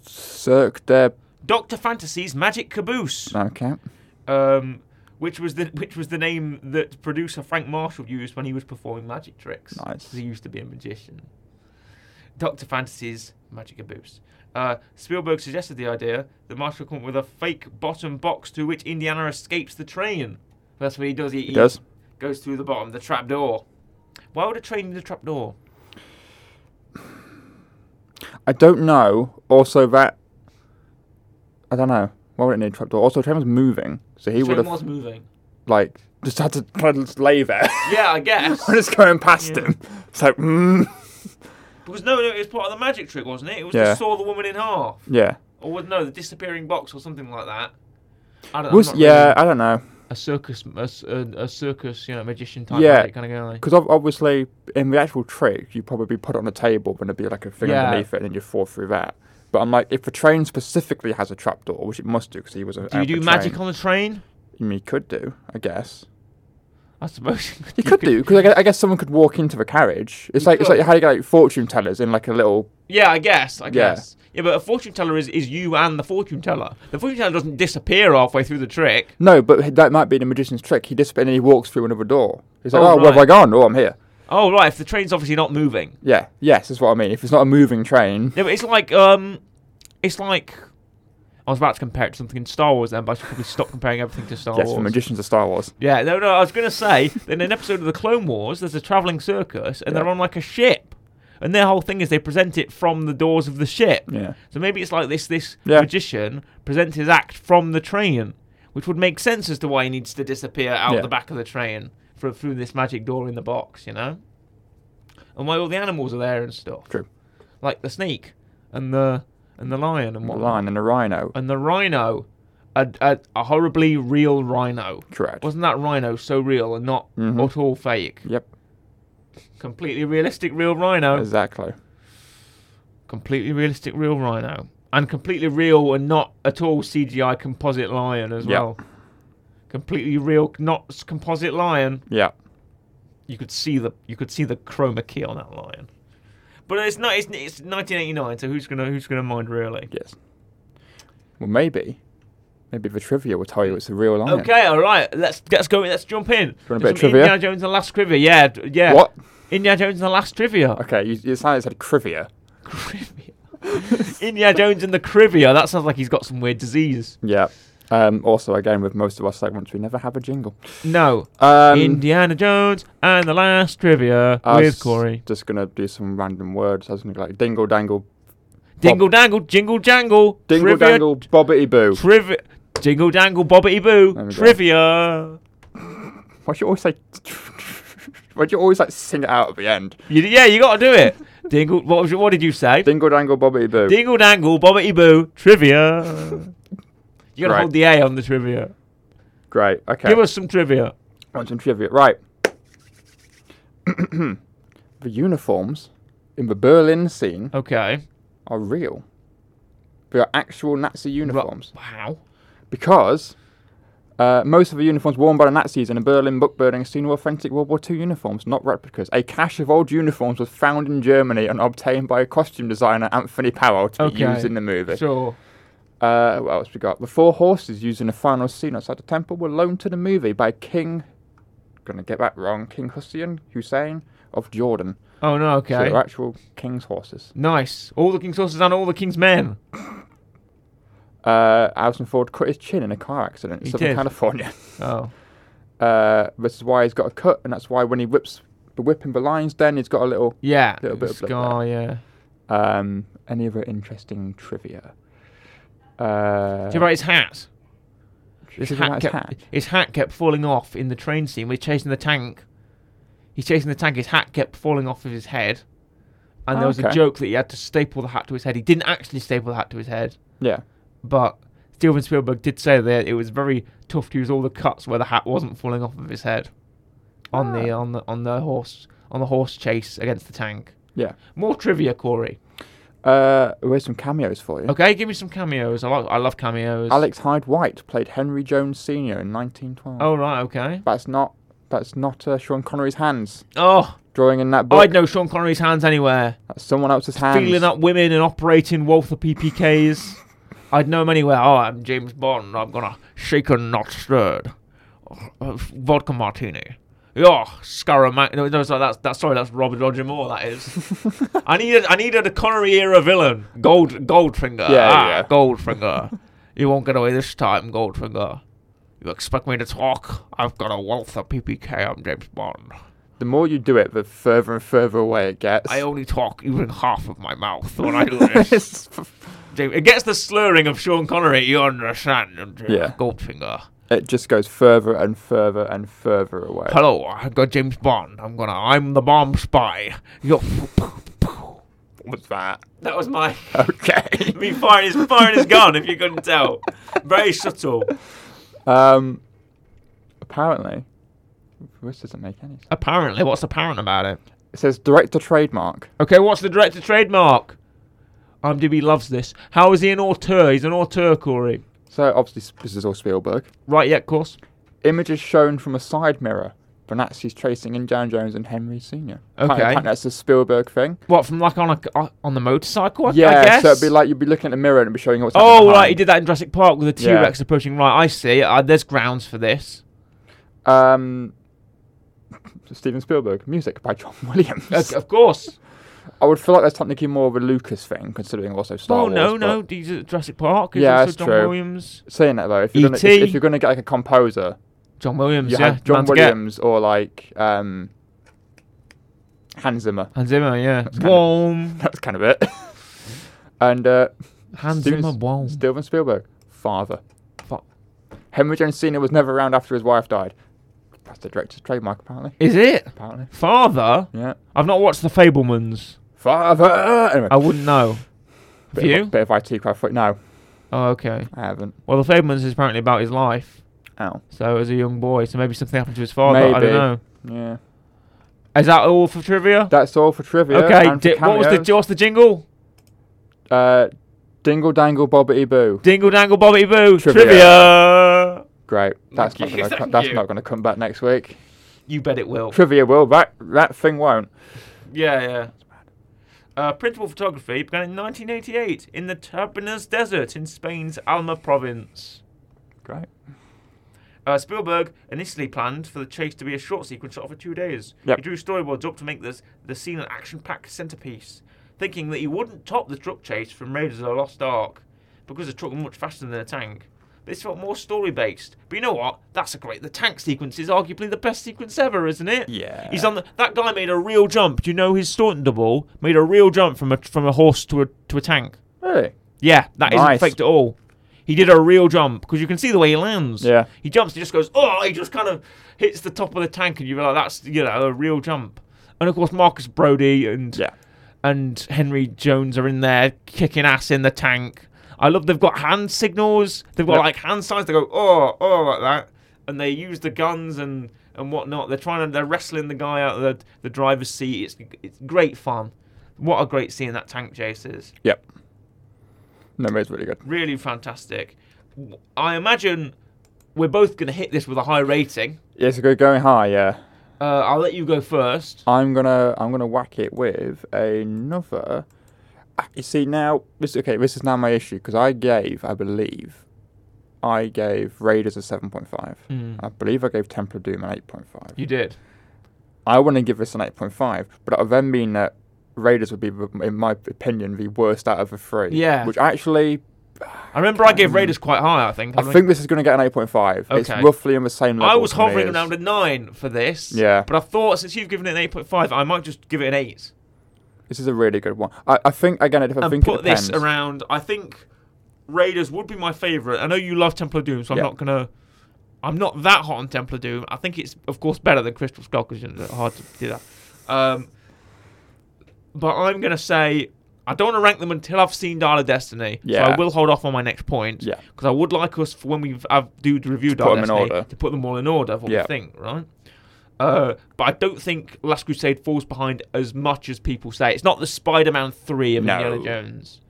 Speaker 2: Cirque de.
Speaker 1: Doctor Fantasy's Magic Caboose.
Speaker 2: Okay.
Speaker 1: um, which was the (laughs) which was the name that producer Frank Marshall used when he was performing magic tricks.
Speaker 2: Nice.
Speaker 1: 'cause He used to be a magician. Doctor Fantasy's Magic a Boost. Uh, Spielberg suggested the idea that Marshall come up with a fake bottom box to which Indiana escapes the train. That's what he does. He,
Speaker 2: He does.
Speaker 1: goes through the bottom, the trap door. Why would a train need a trap door?
Speaker 2: I don't know. Also, that I don't know. Why would it need a trapdoor? Also, the train was moving, so he
Speaker 1: The
Speaker 2: would
Speaker 1: train
Speaker 2: have
Speaker 1: was moving.
Speaker 2: like just had to (laughs) kind of just lay there. (laughs)
Speaker 1: Yeah, I guess.
Speaker 2: when it's going past
Speaker 1: Yeah.
Speaker 2: him, it's like, mm.
Speaker 1: Because no, no, it was part of the magic trick, wasn't it? It was
Speaker 2: Yeah.
Speaker 1: to saw the woman in half,
Speaker 2: yeah,
Speaker 1: or was no the disappearing box or something like that. I don't, I'm
Speaker 2: was
Speaker 1: not
Speaker 2: yeah.
Speaker 1: really
Speaker 2: I don't know
Speaker 1: a circus, a, s- a- a circus, you know, magician type
Speaker 2: Yeah.
Speaker 1: kind of guy.
Speaker 2: because obviously in the actual trick, you probably put it on a table, and it'd be like a thing
Speaker 1: Yeah.
Speaker 2: underneath it, and then you fall through that. But I'm like, if the train specifically has a trapdoor, which it must do because he was a
Speaker 1: Do you do magic on the train?
Speaker 2: I mean, you could do, I guess.
Speaker 1: I suppose
Speaker 2: You could do because I, gue- I guess someone could walk into the carriage. It's
Speaker 1: You
Speaker 2: like it's like
Speaker 1: could.
Speaker 2: how you get like fortune tellers in like a little.
Speaker 1: Yeah, I guess. I
Speaker 2: Yeah.
Speaker 1: guess. Yeah, but a fortune teller is, is you and the fortune teller. The fortune teller doesn't disappear halfway through the trick.
Speaker 2: No, but that might be the magician's trick. He disappears and he walks through another door. He's like,
Speaker 1: Oh,
Speaker 2: oh, where have I
Speaker 1: right.
Speaker 2: gone? Oh, I'm here.
Speaker 1: Oh right, if the train's obviously not moving.
Speaker 2: Yeah, yes, that's what I mean. If it's not a moving train,
Speaker 1: Yeah, but it's like um, it's like I was about to compare it to something in Star Wars then, but I should probably stop comparing everything to Star
Speaker 2: yes,
Speaker 1: Wars.
Speaker 2: the magicians of Star Wars.
Speaker 1: yeah, no, no. I was gonna say that in an episode of the Clone Wars, there's a traveling circus, and
Speaker 2: Yeah.
Speaker 1: they're on like a ship, and their whole thing is they present it from the doors of the ship.
Speaker 2: Yeah,
Speaker 1: So maybe it's like this: this
Speaker 2: Yeah.
Speaker 1: magician presents his act from the train, which would make sense as to why he needs to disappear out
Speaker 2: Yeah.
Speaker 1: the back of the train for, through this magic door in the box, you know, and why all the animals are there and stuff.
Speaker 2: True.
Speaker 1: Like the snake and the and the lion and
Speaker 2: the
Speaker 1: what
Speaker 2: lion and the rhino.
Speaker 1: and the rhino, a, a, a horribly real rhino.
Speaker 2: Correct.
Speaker 1: Wasn't that rhino so real and not
Speaker 2: Mhm.
Speaker 1: at all fake?
Speaker 2: Yep,
Speaker 1: Completely realistic, real rhino.
Speaker 2: exactly.
Speaker 1: completely realistic real rhino and completely real and not at all CGI composite lion as
Speaker 2: Yeah.
Speaker 1: well. Completely real, not s- composite lion.
Speaker 2: Yeah,
Speaker 1: You could see the you could see the chroma key on that lion. But it's not. It's, it's 1989, so who's gonna who's gonna mind really?
Speaker 2: yes. Well, maybe, maybe the trivia will tell you it's a real lion.
Speaker 1: Okay, all right. Let's let's go. Let's jump in.
Speaker 2: Do you want a
Speaker 1: There's
Speaker 2: bit of
Speaker 1: some
Speaker 2: trivia?
Speaker 1: Indiana Jones and the Last Trivia. Yeah, d- yeah.
Speaker 2: What?
Speaker 1: Indiana Jones and the Last Trivia.
Speaker 2: Okay, you, you sounded like trivia.
Speaker 1: Trivia. Indiana Jones and the Trivia. That sounds like he's got some weird disease.
Speaker 2: Yeah. Um, also, again, with most of our segments, we never have a jingle.
Speaker 1: No,
Speaker 2: Um,
Speaker 1: Indiana Jones and the last trivia
Speaker 2: I was
Speaker 1: with Corey.
Speaker 2: Just gonna do some random words. I was gonna go like dingle dangle,
Speaker 1: Dingle dangle, jingle jangle,
Speaker 2: dingle
Speaker 1: trivia,
Speaker 2: dangle, bobbity boo.
Speaker 1: trivia, jingle dangle, bobbity boo,
Speaker 2: There we go.
Speaker 1: trivia.
Speaker 2: Why do you always like? (laughs) Why do you always like sing it out at the end?
Speaker 1: You, yeah, you got to do it. dingle, what was your, what did you say?
Speaker 2: Dingle dangle, bobbity boo.
Speaker 1: Dingle dangle, bobbity boo, trivia. you got to
Speaker 2: Right.
Speaker 1: hold the A on the trivia.
Speaker 2: Great. Okay.
Speaker 1: Give us some trivia.
Speaker 2: Want some trivia? Right. (clears throat) the uniforms in the Berlin scene
Speaker 1: Okay.
Speaker 2: are real. They are actual Nazi uniforms
Speaker 1: Wow.
Speaker 2: because. Uh, most of the uniforms worn by the Nazis in the Berlin book burning scene were authentic World War II uniforms, not replicas. A cache of old uniforms was found in Germany and obtained by costume designer Anthony Powell to be
Speaker 1: Okay.
Speaker 2: used in the movie.
Speaker 1: Sure.
Speaker 2: Uh, what else we got? The four horses used in the final scene outside the temple were loaned to the movie by King. Gonna get that wrong. King Hussein Hussein of Jordan.
Speaker 1: Oh no.
Speaker 2: So
Speaker 1: Okay.
Speaker 2: they're actual king's horses.
Speaker 1: Nice. All the king's horses and all the king's men.
Speaker 2: Uh, Harrison Ford cut his chin in a car accident in
Speaker 1: He
Speaker 2: Southern
Speaker 1: did.
Speaker 2: California. (laughs)
Speaker 1: Oh.
Speaker 2: Uh, this is why he's got a cut, and that's why when he whips the whip in the lines, then he's got a little.
Speaker 1: Yeah.
Speaker 2: Little bit of blip
Speaker 1: scar. Yeah.
Speaker 2: Um, any other interesting trivia? Uh,
Speaker 1: Do you write his hat?
Speaker 2: should
Speaker 1: His
Speaker 2: we
Speaker 1: hat,
Speaker 2: write
Speaker 1: kept, his hat kept falling off in the train scene. We're chasing the tank. He's chasing the tank. His hat kept falling off of his head, and there was a
Speaker 2: Okay.
Speaker 1: joke that he had to staple the hat to his head. He didn't actually staple the hat to his head,
Speaker 2: Yeah.
Speaker 1: but Steven Spielberg did say that it was very tough to use all the cuts where the hat wasn't falling off of his head on the
Speaker 2: Ah.
Speaker 1: on the on the horse on the horse chase against the tank.
Speaker 2: Yeah.
Speaker 1: More trivia, Corey.
Speaker 2: Uh, where's some cameos for you?
Speaker 1: Okay, give me some cameos. I like I love cameos.
Speaker 2: Alex Hyde White played Henry Jones Sr. in 1912.
Speaker 1: Oh right, okay.
Speaker 2: That's not that's not uh, Sean Connery's hands
Speaker 1: Oh,
Speaker 2: drawing in that book.
Speaker 1: I'd know Sean Connery's hands anywhere.
Speaker 2: That's someone else's hands.
Speaker 1: feeling up women and operating Walther PPKs. I'd know him anywhere. Oh, I'm James Bond. I'm gonna shake and not stirred. uh, vodka martini. Oh, Scaramanga. No, no, sorry, that's, that's sorry, that's Robert Roger Moore. That (laughs) is. I needed, I needed a Connery era villain. Gold, Goldfinger.
Speaker 2: Yeah,
Speaker 1: ah,
Speaker 2: yeah.
Speaker 1: Goldfinger. you won't get away this time, Goldfinger. You expect me to talk? I've got a wealth of PPK. I'm James Bond.
Speaker 2: The more you do it, the further and further away it gets. (laughs)
Speaker 1: I only talk even half of my mouth when I do (laughs) this.
Speaker 2: It's f-
Speaker 1: James- It gets the slurring of Sean Connery. You understand?
Speaker 2: Yeah.
Speaker 1: Goldfinger.
Speaker 2: it just goes further and further and further away.
Speaker 1: Hello, I got James Bond. I'm gonna. I'm the bomb spy. Yo.
Speaker 2: What's that? (laughs)
Speaker 1: That was my
Speaker 2: Okay.
Speaker 1: (laughs) me firing his firing his gun. If you couldn't tell, very subtle.
Speaker 2: um, apparently, this doesn't make any sense.
Speaker 1: Apparently, what's apparent about it?
Speaker 2: It says director trademark.
Speaker 1: Okay, what's the director trademark? IMDb loves this. How is he an auteur? He's an auteur, Corey.
Speaker 2: So obviously s- this is all Spielberg.
Speaker 1: Right? Yeah, of course.
Speaker 2: Images shown from a side mirror. The Nazis tracing Indiana Jones and Henry Sr. Apparently-
Speaker 1: Okay.
Speaker 2: apparently that's a Spielberg thing.
Speaker 1: What from like on a on the motorcycle? I- I
Speaker 2: yeah,
Speaker 1: guess?
Speaker 2: so it'd be like you'd be looking at the mirror and it'd be showing what's
Speaker 1: Oh
Speaker 2: happening
Speaker 1: right,
Speaker 2: behind.
Speaker 1: he did that in Jurassic Park with a T
Speaker 2: Yeah.
Speaker 1: Rex approaching. Right, I see. Uh, there's grounds for this.
Speaker 2: Um, (laughs) Steven Spielberg. Music by John (laughs) Williams.
Speaker 1: Of, of course.
Speaker 2: I would feel like that's technically more of a Lucas thing, considering also Star
Speaker 1: Oh
Speaker 2: Wars.
Speaker 1: no,
Speaker 2: but
Speaker 1: no, these are Jurassic Park. Is
Speaker 2: Yeah,
Speaker 1: also
Speaker 2: that's
Speaker 1: John
Speaker 2: true.
Speaker 1: Williams.
Speaker 2: Saying that though, if you're, gonna, if,
Speaker 1: E.T..
Speaker 2: if you're gonna get like a composer,
Speaker 1: John Williams.
Speaker 2: you
Speaker 1: E yeah,
Speaker 2: have John
Speaker 1: man to get.
Speaker 2: Williams or like um, Hans Zimmer. (laughs)
Speaker 1: Hans Zimmer. Yeah.
Speaker 2: kind of- (laughs)
Speaker 1: Warm.
Speaker 2: That's kind of it. and uh,
Speaker 1: Hans
Speaker 2: Steven-
Speaker 1: Zimmer. Warm.
Speaker 2: Steven Spielberg, father.
Speaker 1: Fuck.
Speaker 2: Henry James Sr. was never around after his wife died. That's the director's trademark, apparently.
Speaker 1: Is it
Speaker 2: Apparently,
Speaker 1: father?
Speaker 2: yeah.
Speaker 1: I've not watched The Fablemans.
Speaker 2: Father. Anyway,
Speaker 1: I wouldn't know.
Speaker 2: bit
Speaker 1: you?
Speaker 2: Of, bit of IT crowd foot. No,
Speaker 1: Oh, okay.
Speaker 2: I haven't.
Speaker 1: Well, The Fablemans is apparently about his life.
Speaker 2: Ow.
Speaker 1: So as a young boy, so maybe something happened to his father. I don't
Speaker 2: Maybe.
Speaker 1: know.
Speaker 2: Yeah.
Speaker 1: Is that all for trivia?
Speaker 2: That's all for trivia.
Speaker 1: okay.
Speaker 2: and for
Speaker 1: Di- what was the
Speaker 2: cameos.
Speaker 1: what's the jingle?
Speaker 2: Uh, dingle dangle bobbity boo.
Speaker 1: Dingle dangle bobbity boo.
Speaker 2: Trivia.
Speaker 1: trivia.
Speaker 2: Great. That's
Speaker 1: Thank
Speaker 2: not
Speaker 1: you,
Speaker 2: gonna co-
Speaker 1: thank
Speaker 2: that's
Speaker 1: you.
Speaker 2: not gonna come back next week.
Speaker 1: You bet it will.
Speaker 2: Trivia will that that thing won't.
Speaker 1: Yeah, yeah. Uh, principal photography began in 1988 in the Tabernas Desert in Spain's Alma province.
Speaker 2: Great.
Speaker 1: Uh, Spielberg initially planned for the chase to be a short sequence shot for two days.
Speaker 2: Yep.
Speaker 1: He drew storyboards up to make this, the scene an action packed centerpiece, thinking that he wouldn't top the truck chase from Raiders of the Lost Ark because the truck was much faster than the tank. This felt more story based. But you know what? That's a great. The tank sequence is arguably the best sequence ever, isn't it?
Speaker 2: Yeah.
Speaker 1: He's on the, that guy made a real jump. Do you know his Staunton double made a real jump from a from a horse to a to a tank?
Speaker 2: Really?
Speaker 1: Yeah, that not
Speaker 2: Nice.
Speaker 1: faked at all. He did a real jump because you can see the way he lands.
Speaker 2: Yeah.
Speaker 1: He jumps, he just goes, oh, he just kind of hits the top of the tank, and you realize that's, you know, a real jump. And of course, Marcus Brody and
Speaker 2: Yeah.
Speaker 1: and Henry Jones are in there kicking ass in the tank. I love they've got hand signals. They've got
Speaker 2: Yep.
Speaker 1: like hand signs. They go oh oh like that, and they use the guns and and whatnot. They're trying to they're wrestling the guy out of the, the driver's seat. It's it's great fun. What a great scene that tank chase is.
Speaker 2: Yep. No, it's really good.
Speaker 1: Really fantastic. W- I imagine we're both going to hit this with a high rating.
Speaker 2: It's good going high. Yeah.
Speaker 1: Uh, I'll let you go first.
Speaker 2: I'm gonna I'm gonna whack it with another. Ah, You see now this okay. This is now my issue because I gave I believe I gave Raiders a seven point five.
Speaker 1: Hmm.
Speaker 2: I believe I gave Temple of Doom an eight point five.
Speaker 1: You did.
Speaker 2: I want to give this an 8.5, but that would then mean that Raiders would be, in my opinion, the worst out of the three.
Speaker 1: Yeah.
Speaker 2: Which actually,
Speaker 1: I remember I gave Raiders quite high. I think.
Speaker 2: I think this is going to get an 8.5. It's
Speaker 1: Okay.
Speaker 2: roughly on the same level.
Speaker 1: I was
Speaker 2: to me
Speaker 1: hovering
Speaker 2: as-
Speaker 1: around a nine for this.
Speaker 2: Yeah.
Speaker 1: But I thought since you've given it an eight point five, I might just give it an eight
Speaker 2: This is a really good one. I, I think, again, it- I
Speaker 1: and
Speaker 2: think it
Speaker 1: put this
Speaker 2: depends.
Speaker 1: around. I think Raiders would be my favorite. I know you love Temple of Doom, so I'm
Speaker 2: Yeah.
Speaker 1: not gonna. I'm not that hot on Temple of Doom. I think it's of course better than Crystal Skull because it's hard to do that. Um, but I'm gonna say I don't want to rank them until I've seen Dial of Destiny. So I
Speaker 2: Yeah.
Speaker 1: will hold off on my next point.
Speaker 2: Yeah.
Speaker 1: Because I would like us for when we have do the review
Speaker 2: To
Speaker 1: Dial
Speaker 2: put
Speaker 1: of
Speaker 2: them in
Speaker 1: Destiny
Speaker 2: order.
Speaker 1: to put them all in order of what
Speaker 2: Yeah.
Speaker 1: we think, right? Uh, but I don't think Last Crusade falls behind as much as people say. It's not the Spider-Man three of
Speaker 2: No.
Speaker 1: Indiana Jones,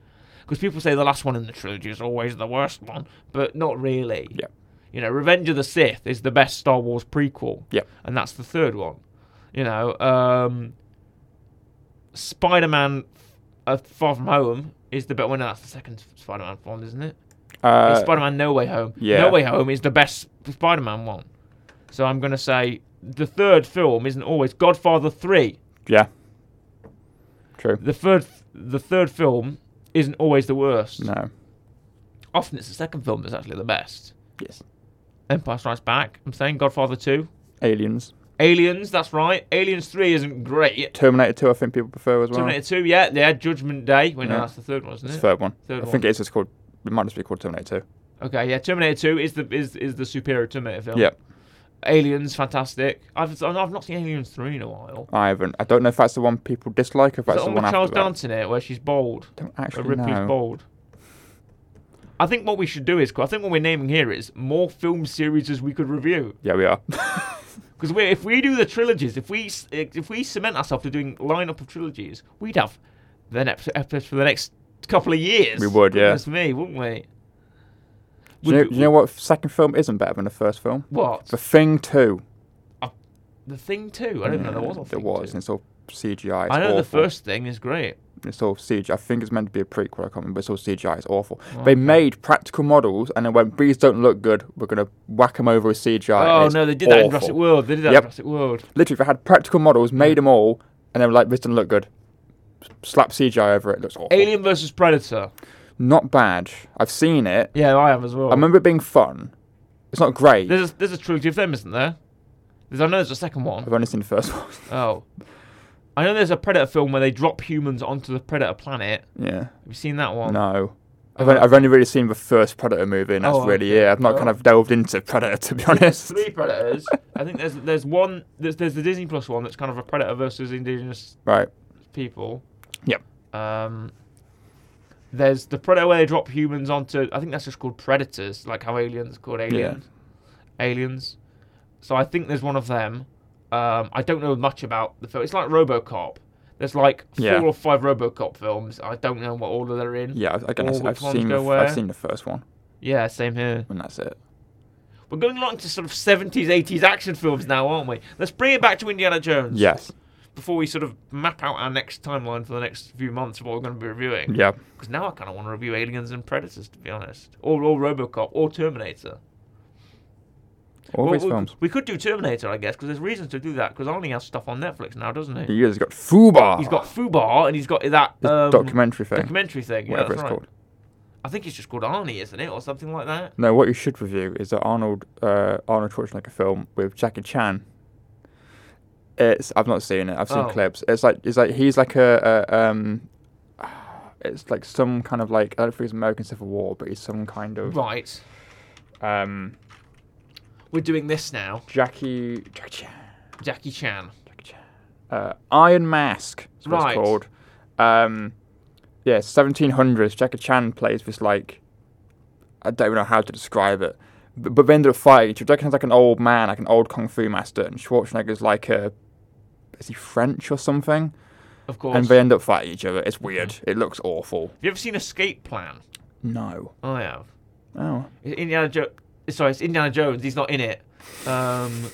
Speaker 1: because people say the last one in the trilogy is always the worst one, but not really.
Speaker 2: Yeah.
Speaker 1: You know, Revenge of the Sith is the best Star Wars prequel.
Speaker 2: Yeah.
Speaker 1: And that's the third one. You know, um, Spider-Man uh, Far From Home is the best. Well, no, that's the second Spider-Man one, isn't it?
Speaker 2: Uh,
Speaker 1: It's Spider-Man No Way Home.
Speaker 2: yeah.
Speaker 1: No Way Home is the best Spider-Man one. So I'm going to say the third film isn't always Godfather 3.
Speaker 2: Yeah. True.
Speaker 1: The third the third film isn't always the worst.
Speaker 2: No.
Speaker 1: Often it's the second film that's actually the best.
Speaker 2: Yes.
Speaker 1: Empire Strikes Back, I'm saying Godfather 2.
Speaker 2: Aliens.
Speaker 1: Aliens, that's right. Aliens 3 isn't great.
Speaker 2: Terminator 2, I think people prefer as well.
Speaker 1: Terminator 2, yeah, yeah, Judgment Day. Well, no,
Speaker 2: Yeah.
Speaker 1: that's the third one, isn't
Speaker 2: It's
Speaker 1: it?
Speaker 2: the third one.
Speaker 1: Third
Speaker 2: I
Speaker 1: one.
Speaker 2: think it's just called, it might just be called Terminator 2.
Speaker 1: Okay, yeah, Terminator 2 is the is is the superior Terminator film.
Speaker 2: Yeah.
Speaker 1: Aliens, fantastic. I've I've not seen Aliens 3 in a while.
Speaker 2: I haven't. I don't know if that's the one people dislike or if that's
Speaker 1: is
Speaker 2: the
Speaker 1: that
Speaker 2: one
Speaker 1: with
Speaker 2: after
Speaker 1: Charles
Speaker 2: that.
Speaker 1: Dance in it, where she's bald?
Speaker 2: Don't
Speaker 1: Where
Speaker 2: actually
Speaker 1: Ripley's
Speaker 2: know.
Speaker 1: bald. I think what we should do is, I think what we're naming here is more film series as we could review.
Speaker 2: Yeah,
Speaker 1: (laughs)
Speaker 2: we are.
Speaker 1: Because if we do the trilogies, if we s- if we cement ourselves to doing lineup of trilogies, we'd have the next episodes for the next couple of years.
Speaker 2: We would, yeah.
Speaker 1: Goodness me, wouldn't we?
Speaker 2: do, you know, do you know what second film isn't better than the first film?
Speaker 1: what?
Speaker 2: The Thing 2.
Speaker 1: The Thing too. I don't know. There was. A
Speaker 2: Mm, There
Speaker 1: thing Too.
Speaker 2: was, and it's all CGI. It's
Speaker 1: I know the
Speaker 2: awful.
Speaker 1: first thing is great.
Speaker 2: It's all CGI. I think it's meant to be a prequel. I can't remember. It's all CGI. It's awful.
Speaker 1: Okay.
Speaker 2: They made practical models and then went, "These don't look good. We're gonna whack them over with
Speaker 1: oh
Speaker 2: CGI." and Uh, it's
Speaker 1: no, they did that in Jurassic
Speaker 2: awful.
Speaker 1: World. Hmm. They did that
Speaker 2: Yep.
Speaker 1: in Jurassic World.
Speaker 2: Literally, they had practical models, made them all, and they were like, "This doesn't look good." Slap CGI over it. Looks awful.
Speaker 1: Alien versus Predator.
Speaker 2: Not bad. I've seen it.
Speaker 1: Yeah, I have as well.
Speaker 2: I remember it being fun. It's not great.
Speaker 1: There's a, there's a trilogy of them, isn't there? There's, I know there's a second one.
Speaker 2: I've only seen the first (laughs) one.
Speaker 1: Oh. I know there's a Predator film where they drop humans onto the Predator planet.
Speaker 2: yeah.
Speaker 1: Have you seen that one?
Speaker 2: No. I've
Speaker 1: Oh.
Speaker 2: only, I've only really seen the first Predator movie, and that's
Speaker 1: Oh,
Speaker 2: really
Speaker 1: okay.
Speaker 2: it. I've not kind
Speaker 1: Oh.
Speaker 2: of delved into Predator, to be honest.
Speaker 1: Three Predators. I think there's there's one there's there's the Disney Plus one that's kind of a Predator versus Indigenous
Speaker 2: Right.
Speaker 1: people.
Speaker 2: Yep.
Speaker 1: Um. There's the Predator where they drop humans onto. I think that's just called Predators, like how aliens are called aliens. Aliens. So I think there's one of them. Um, I don't know much about the film. It's like RoboCop. There's like four
Speaker 2: Yeah.
Speaker 1: or five RoboCop films. I don't know what order they're in.
Speaker 2: Yeah, I- again,
Speaker 1: Or
Speaker 2: I've, I've
Speaker 1: which ones
Speaker 2: seen
Speaker 1: go
Speaker 2: the, f-
Speaker 1: where?
Speaker 2: I've seen the first one,
Speaker 1: Yeah, same here.
Speaker 2: and that's it.
Speaker 1: We're going along to sort of 70s, 80s action films now, aren't we? Let's bring it back to Indiana Jones.
Speaker 2: Yes.
Speaker 1: Before we sort of map out our next timeline for the next few months of what we're going to be reviewing.
Speaker 2: Yeah.
Speaker 1: Because now I kind of want to review Aliens and Predators, to be honest. Or, or Robocop, or Terminator.
Speaker 2: All
Speaker 1: Well,
Speaker 2: these
Speaker 1: we,
Speaker 2: films.
Speaker 1: we could do Terminator, I guess, because there's reasons to do that, because Arnie has stuff on Netflix now, doesn't he?
Speaker 2: He has got Fubar.
Speaker 1: He's got Fubar, and he's got that
Speaker 2: This
Speaker 1: um,
Speaker 2: documentary thing,
Speaker 1: documentary thing. yeah,
Speaker 2: whatever
Speaker 1: that's
Speaker 2: it's
Speaker 1: right.
Speaker 2: called.
Speaker 1: I think it's just called Arnie, isn't it? Or something like that.
Speaker 2: No, what you should review is the Arnold uh, Arnold Schwarzenegger film with Jackie Chan. It's I've not seen it. I've seen
Speaker 1: Oh.
Speaker 2: clips. It's like it's like he's like a, a um, (sighs) it's like some kind of like I don't think it's American Civil War, but he's some kind of
Speaker 1: Right.
Speaker 2: um
Speaker 1: We're doing this now.
Speaker 2: Jackie Jackie Chan.
Speaker 1: Jackie Chan.
Speaker 2: uh, Iron Mask. Is what
Speaker 1: Right.
Speaker 2: it's called. Um, yeah, seventeen hundreds. Jackie Chan plays this like I don't even know how to describe it, but, but they end up fighting. each other. Jackie Chan's like an old man, like an old kung fu master, and Schwarzenegger's like a is he French or something?
Speaker 1: Of course. Mm-hmm.
Speaker 2: And they end up fighting each other. It's weird. It looks awful.
Speaker 1: Have you ever seen Escape Plan?
Speaker 2: No.
Speaker 1: I have.
Speaker 2: Oh.
Speaker 1: It's Indiana Jones. Sorry, it's Indiana Jones. He's not in it. Um,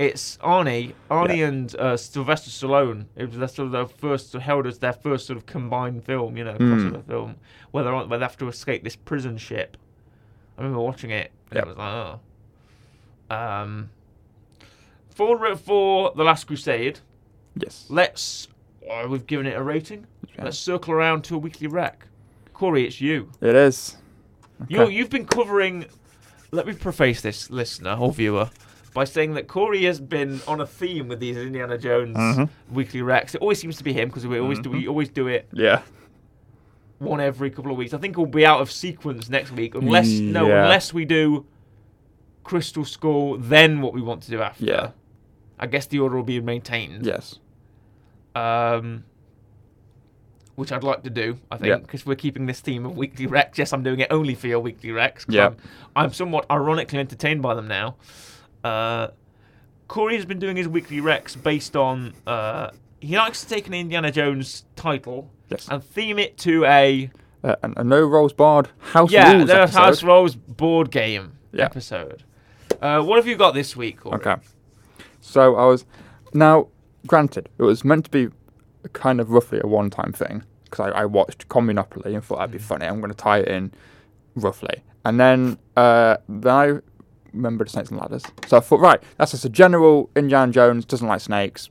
Speaker 1: it's Arnie, Arnie and uh, Sylvester Stallone. It was their sort of their first held as their first sort of combined film, you know, crossover film, where they're on, where they have to escape this prison ship. I remember watching it. And
Speaker 2: Yep.
Speaker 1: It was like, oh. Um, for for the Last Crusade,
Speaker 2: Yes.
Speaker 1: let's. Oh, we've given it a rating.
Speaker 2: Yeah.
Speaker 1: Let's circle around to a weekly rec. Corey, it's you.
Speaker 2: It is.
Speaker 1: You
Speaker 2: Okay.
Speaker 1: you've been covering. Let me preface this, listener or viewer, by saying that Corey has been on a theme with these Indiana Jones
Speaker 2: Mhm.
Speaker 1: weekly recs. It always seems to be him because we always do
Speaker 2: Mm-hmm.
Speaker 1: we always do it
Speaker 2: Yeah.
Speaker 1: one every couple of weeks. I think we'll be out of sequence next week unless no
Speaker 2: Yeah.
Speaker 1: unless we do Crystal Skull then what we want to do after.
Speaker 2: Yeah.
Speaker 1: I guess the order will be maintained.
Speaker 2: Yes.
Speaker 1: Um. Which I'd like to do, I
Speaker 2: Yeah.
Speaker 1: think, because we're keeping this theme of weekly recs. Yes, I'm doing it only for your weekly recs. 'cause
Speaker 2: Yeah.
Speaker 1: I'm, I'm somewhat ironically entertained by them now. Uh, Corey has been doing his weekly recs based on. Uh, he likes to take an Indiana Jones title
Speaker 2: Yes.
Speaker 1: and theme it to a
Speaker 2: Uh, and, and no rolls barred house
Speaker 1: yeah,
Speaker 2: rules.
Speaker 1: the
Speaker 2: episode.
Speaker 1: House Rolls board game
Speaker 2: Yeah.
Speaker 1: episode. Uh, what have you got this week? Corey?
Speaker 2: Okay. So I was. Now, granted, it was meant to be kind of roughly a one time thing because I, I watched Communopoly
Speaker 1: Mm.
Speaker 2: and thought that'd be funny. I'm going to tie it in roughly. And then, uh, then I remembered Snakes and Ladders. So I thought, right, that's just a general Indiana Jones doesn't like snakes.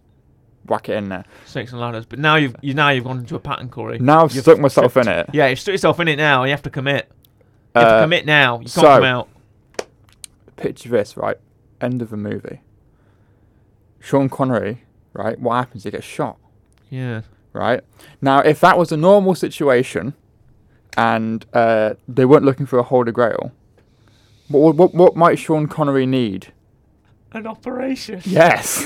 Speaker 2: Whack it in there.
Speaker 1: Snakes and ladders. But now you've you now you've gone into a pattern, Corey.
Speaker 2: Now I've
Speaker 1: You've
Speaker 2: stuck myself in it.
Speaker 1: Yeah, you've stuck yourself in it now. You have to commit. You have
Speaker 2: Uh,
Speaker 1: to commit now. You can't
Speaker 2: so-
Speaker 1: come out.
Speaker 2: Picture this, right? End of the movie. Sean Connery, right? What happens? He gets shot.
Speaker 1: Yeah.
Speaker 2: right? Now, if that was a normal situation, and uh, they weren't looking for a Holy Grail, what what, what might Sean Connery need? (laughs)
Speaker 1: An operation. (laughs)
Speaker 2: Yes.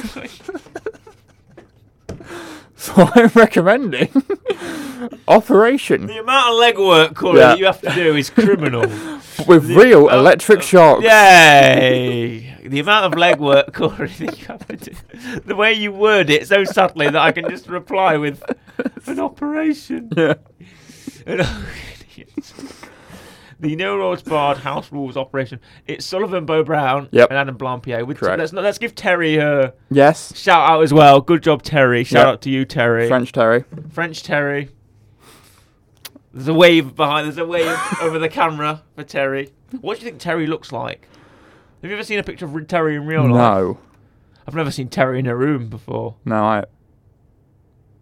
Speaker 2: so I'm recommending (laughs)
Speaker 1: The
Speaker 2: Operation
Speaker 1: amount of legwork, Corey,
Speaker 2: Yeah.
Speaker 1: that you have to do is
Speaker 2: (laughs)
Speaker 1: criminal.
Speaker 2: with
Speaker 1: the oh.
Speaker 2: real
Speaker 1: amount
Speaker 2: electric
Speaker 1: of-
Speaker 2: shocks.
Speaker 1: Yay! The amount of legwork, (laughs) Corey, that you have to do. The way you word it so subtly that I can just reply with an operation.
Speaker 2: Yeah.
Speaker 1: (laughs) An operation. the No Roads Barred House Rules Operation. It's Sullivan Bo Brown
Speaker 2: Yep.
Speaker 1: and Adam Blampier. With
Speaker 2: Correct.
Speaker 1: let's, not, let's give Terry a
Speaker 2: (laughs) Yes.
Speaker 1: shout out as well. Good job, Terry. Shout
Speaker 2: Yep.
Speaker 1: out to you, Terry.
Speaker 2: French Terry.
Speaker 1: French Terry. There's a wave behind. There's a (laughs) wave over the camera for Terry. What do you think Terry looks like? Have you ever seen a picture of Terry in real life?
Speaker 2: No.
Speaker 1: I've never seen Terry in a room before.
Speaker 2: No, I.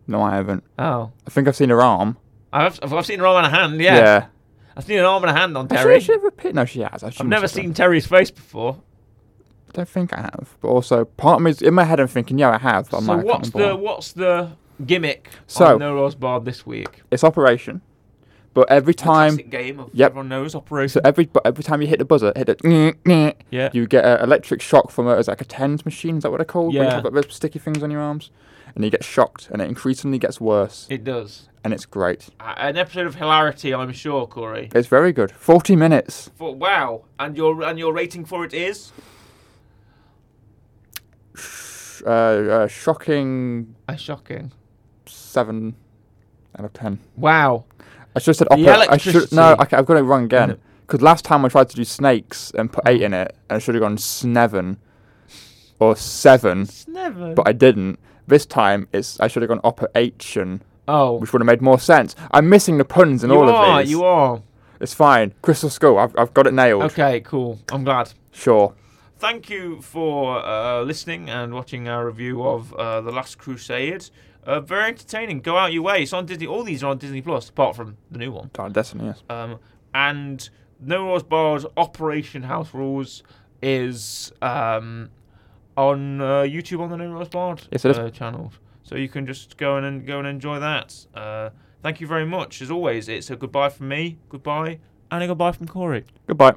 Speaker 2: No, I haven't.
Speaker 1: Oh,
Speaker 2: I think I've seen her arm.
Speaker 1: I've I've I've seen an arm and a hand. Yeah, I've seen an arm and a hand on
Speaker 2: Has
Speaker 1: Terry.
Speaker 2: she ever appeared? No, she has. I
Speaker 1: I've never seen Terry's face before.
Speaker 2: don't think I have. But also, part of me is in my head. I'm thinking, yeah, I have. But I'm
Speaker 1: so
Speaker 2: like, I can't
Speaker 1: what's
Speaker 2: remember
Speaker 1: the
Speaker 2: why.
Speaker 1: what's the gimmick
Speaker 2: So-
Speaker 1: on No Laws Barred this week?
Speaker 2: It's operation, but every time,
Speaker 1: Classic game of
Speaker 2: Yep.
Speaker 1: everyone knows operation.
Speaker 2: so every but every time you hit the buzzer, hit it.
Speaker 1: yeah,
Speaker 2: You get an electric shock from a, it's like a tens machine. Is that what they're called? Where
Speaker 1: Yeah.
Speaker 2: You've got those sticky things on your arms, and you get shocked, and it increasingly gets worse,
Speaker 1: it does.
Speaker 2: and it's great.
Speaker 1: A- An episode of hilarity, I'm sure, Corey.
Speaker 2: It's very good. Forty minutes.
Speaker 1: For, wow, and your and your rating for it is?
Speaker 2: Sh- Uh, uh, shocking
Speaker 1: A shocking.
Speaker 2: seven out of ten.
Speaker 1: Wow.
Speaker 2: I should have said opera. I should no.
Speaker 1: electricity.
Speaker 2: Okay, I've got it wrong
Speaker 1: Yeah. (laughs)
Speaker 2: again. Because last time I tried to do snakes and put
Speaker 1: Mm.
Speaker 2: eight in it, and I should have gone sneven or seven,
Speaker 1: It's never.
Speaker 2: but I didn't. This time it's I should have gone operation,
Speaker 1: oh,
Speaker 2: which would have made more sense. I'm missing the puns in
Speaker 1: you
Speaker 2: all
Speaker 1: are.
Speaker 2: of these.
Speaker 1: You are.
Speaker 2: It's fine. Crystal Skull. I've, I've got it nailed.
Speaker 1: Okay, cool. I'm glad.
Speaker 2: Sure.
Speaker 1: Thank you for uh, listening and watching our review of uh, the Last Crusade. Uh, very entertaining. Go out your way. It's on Disney. All these are on Disney Plus, apart from the new one.
Speaker 2: Darn Destiny. Yes.
Speaker 1: Um, and No Rules Bar's Operation House Rules is um, on uh, YouTube on the No Rules Barred
Speaker 2: Yes, it is.
Speaker 1: uh, channel. So you can just go in and go and enjoy that. Uh, thank you very much. As always, it's a goodbye from me, goodbye, and a goodbye from Corey.
Speaker 2: Goodbye.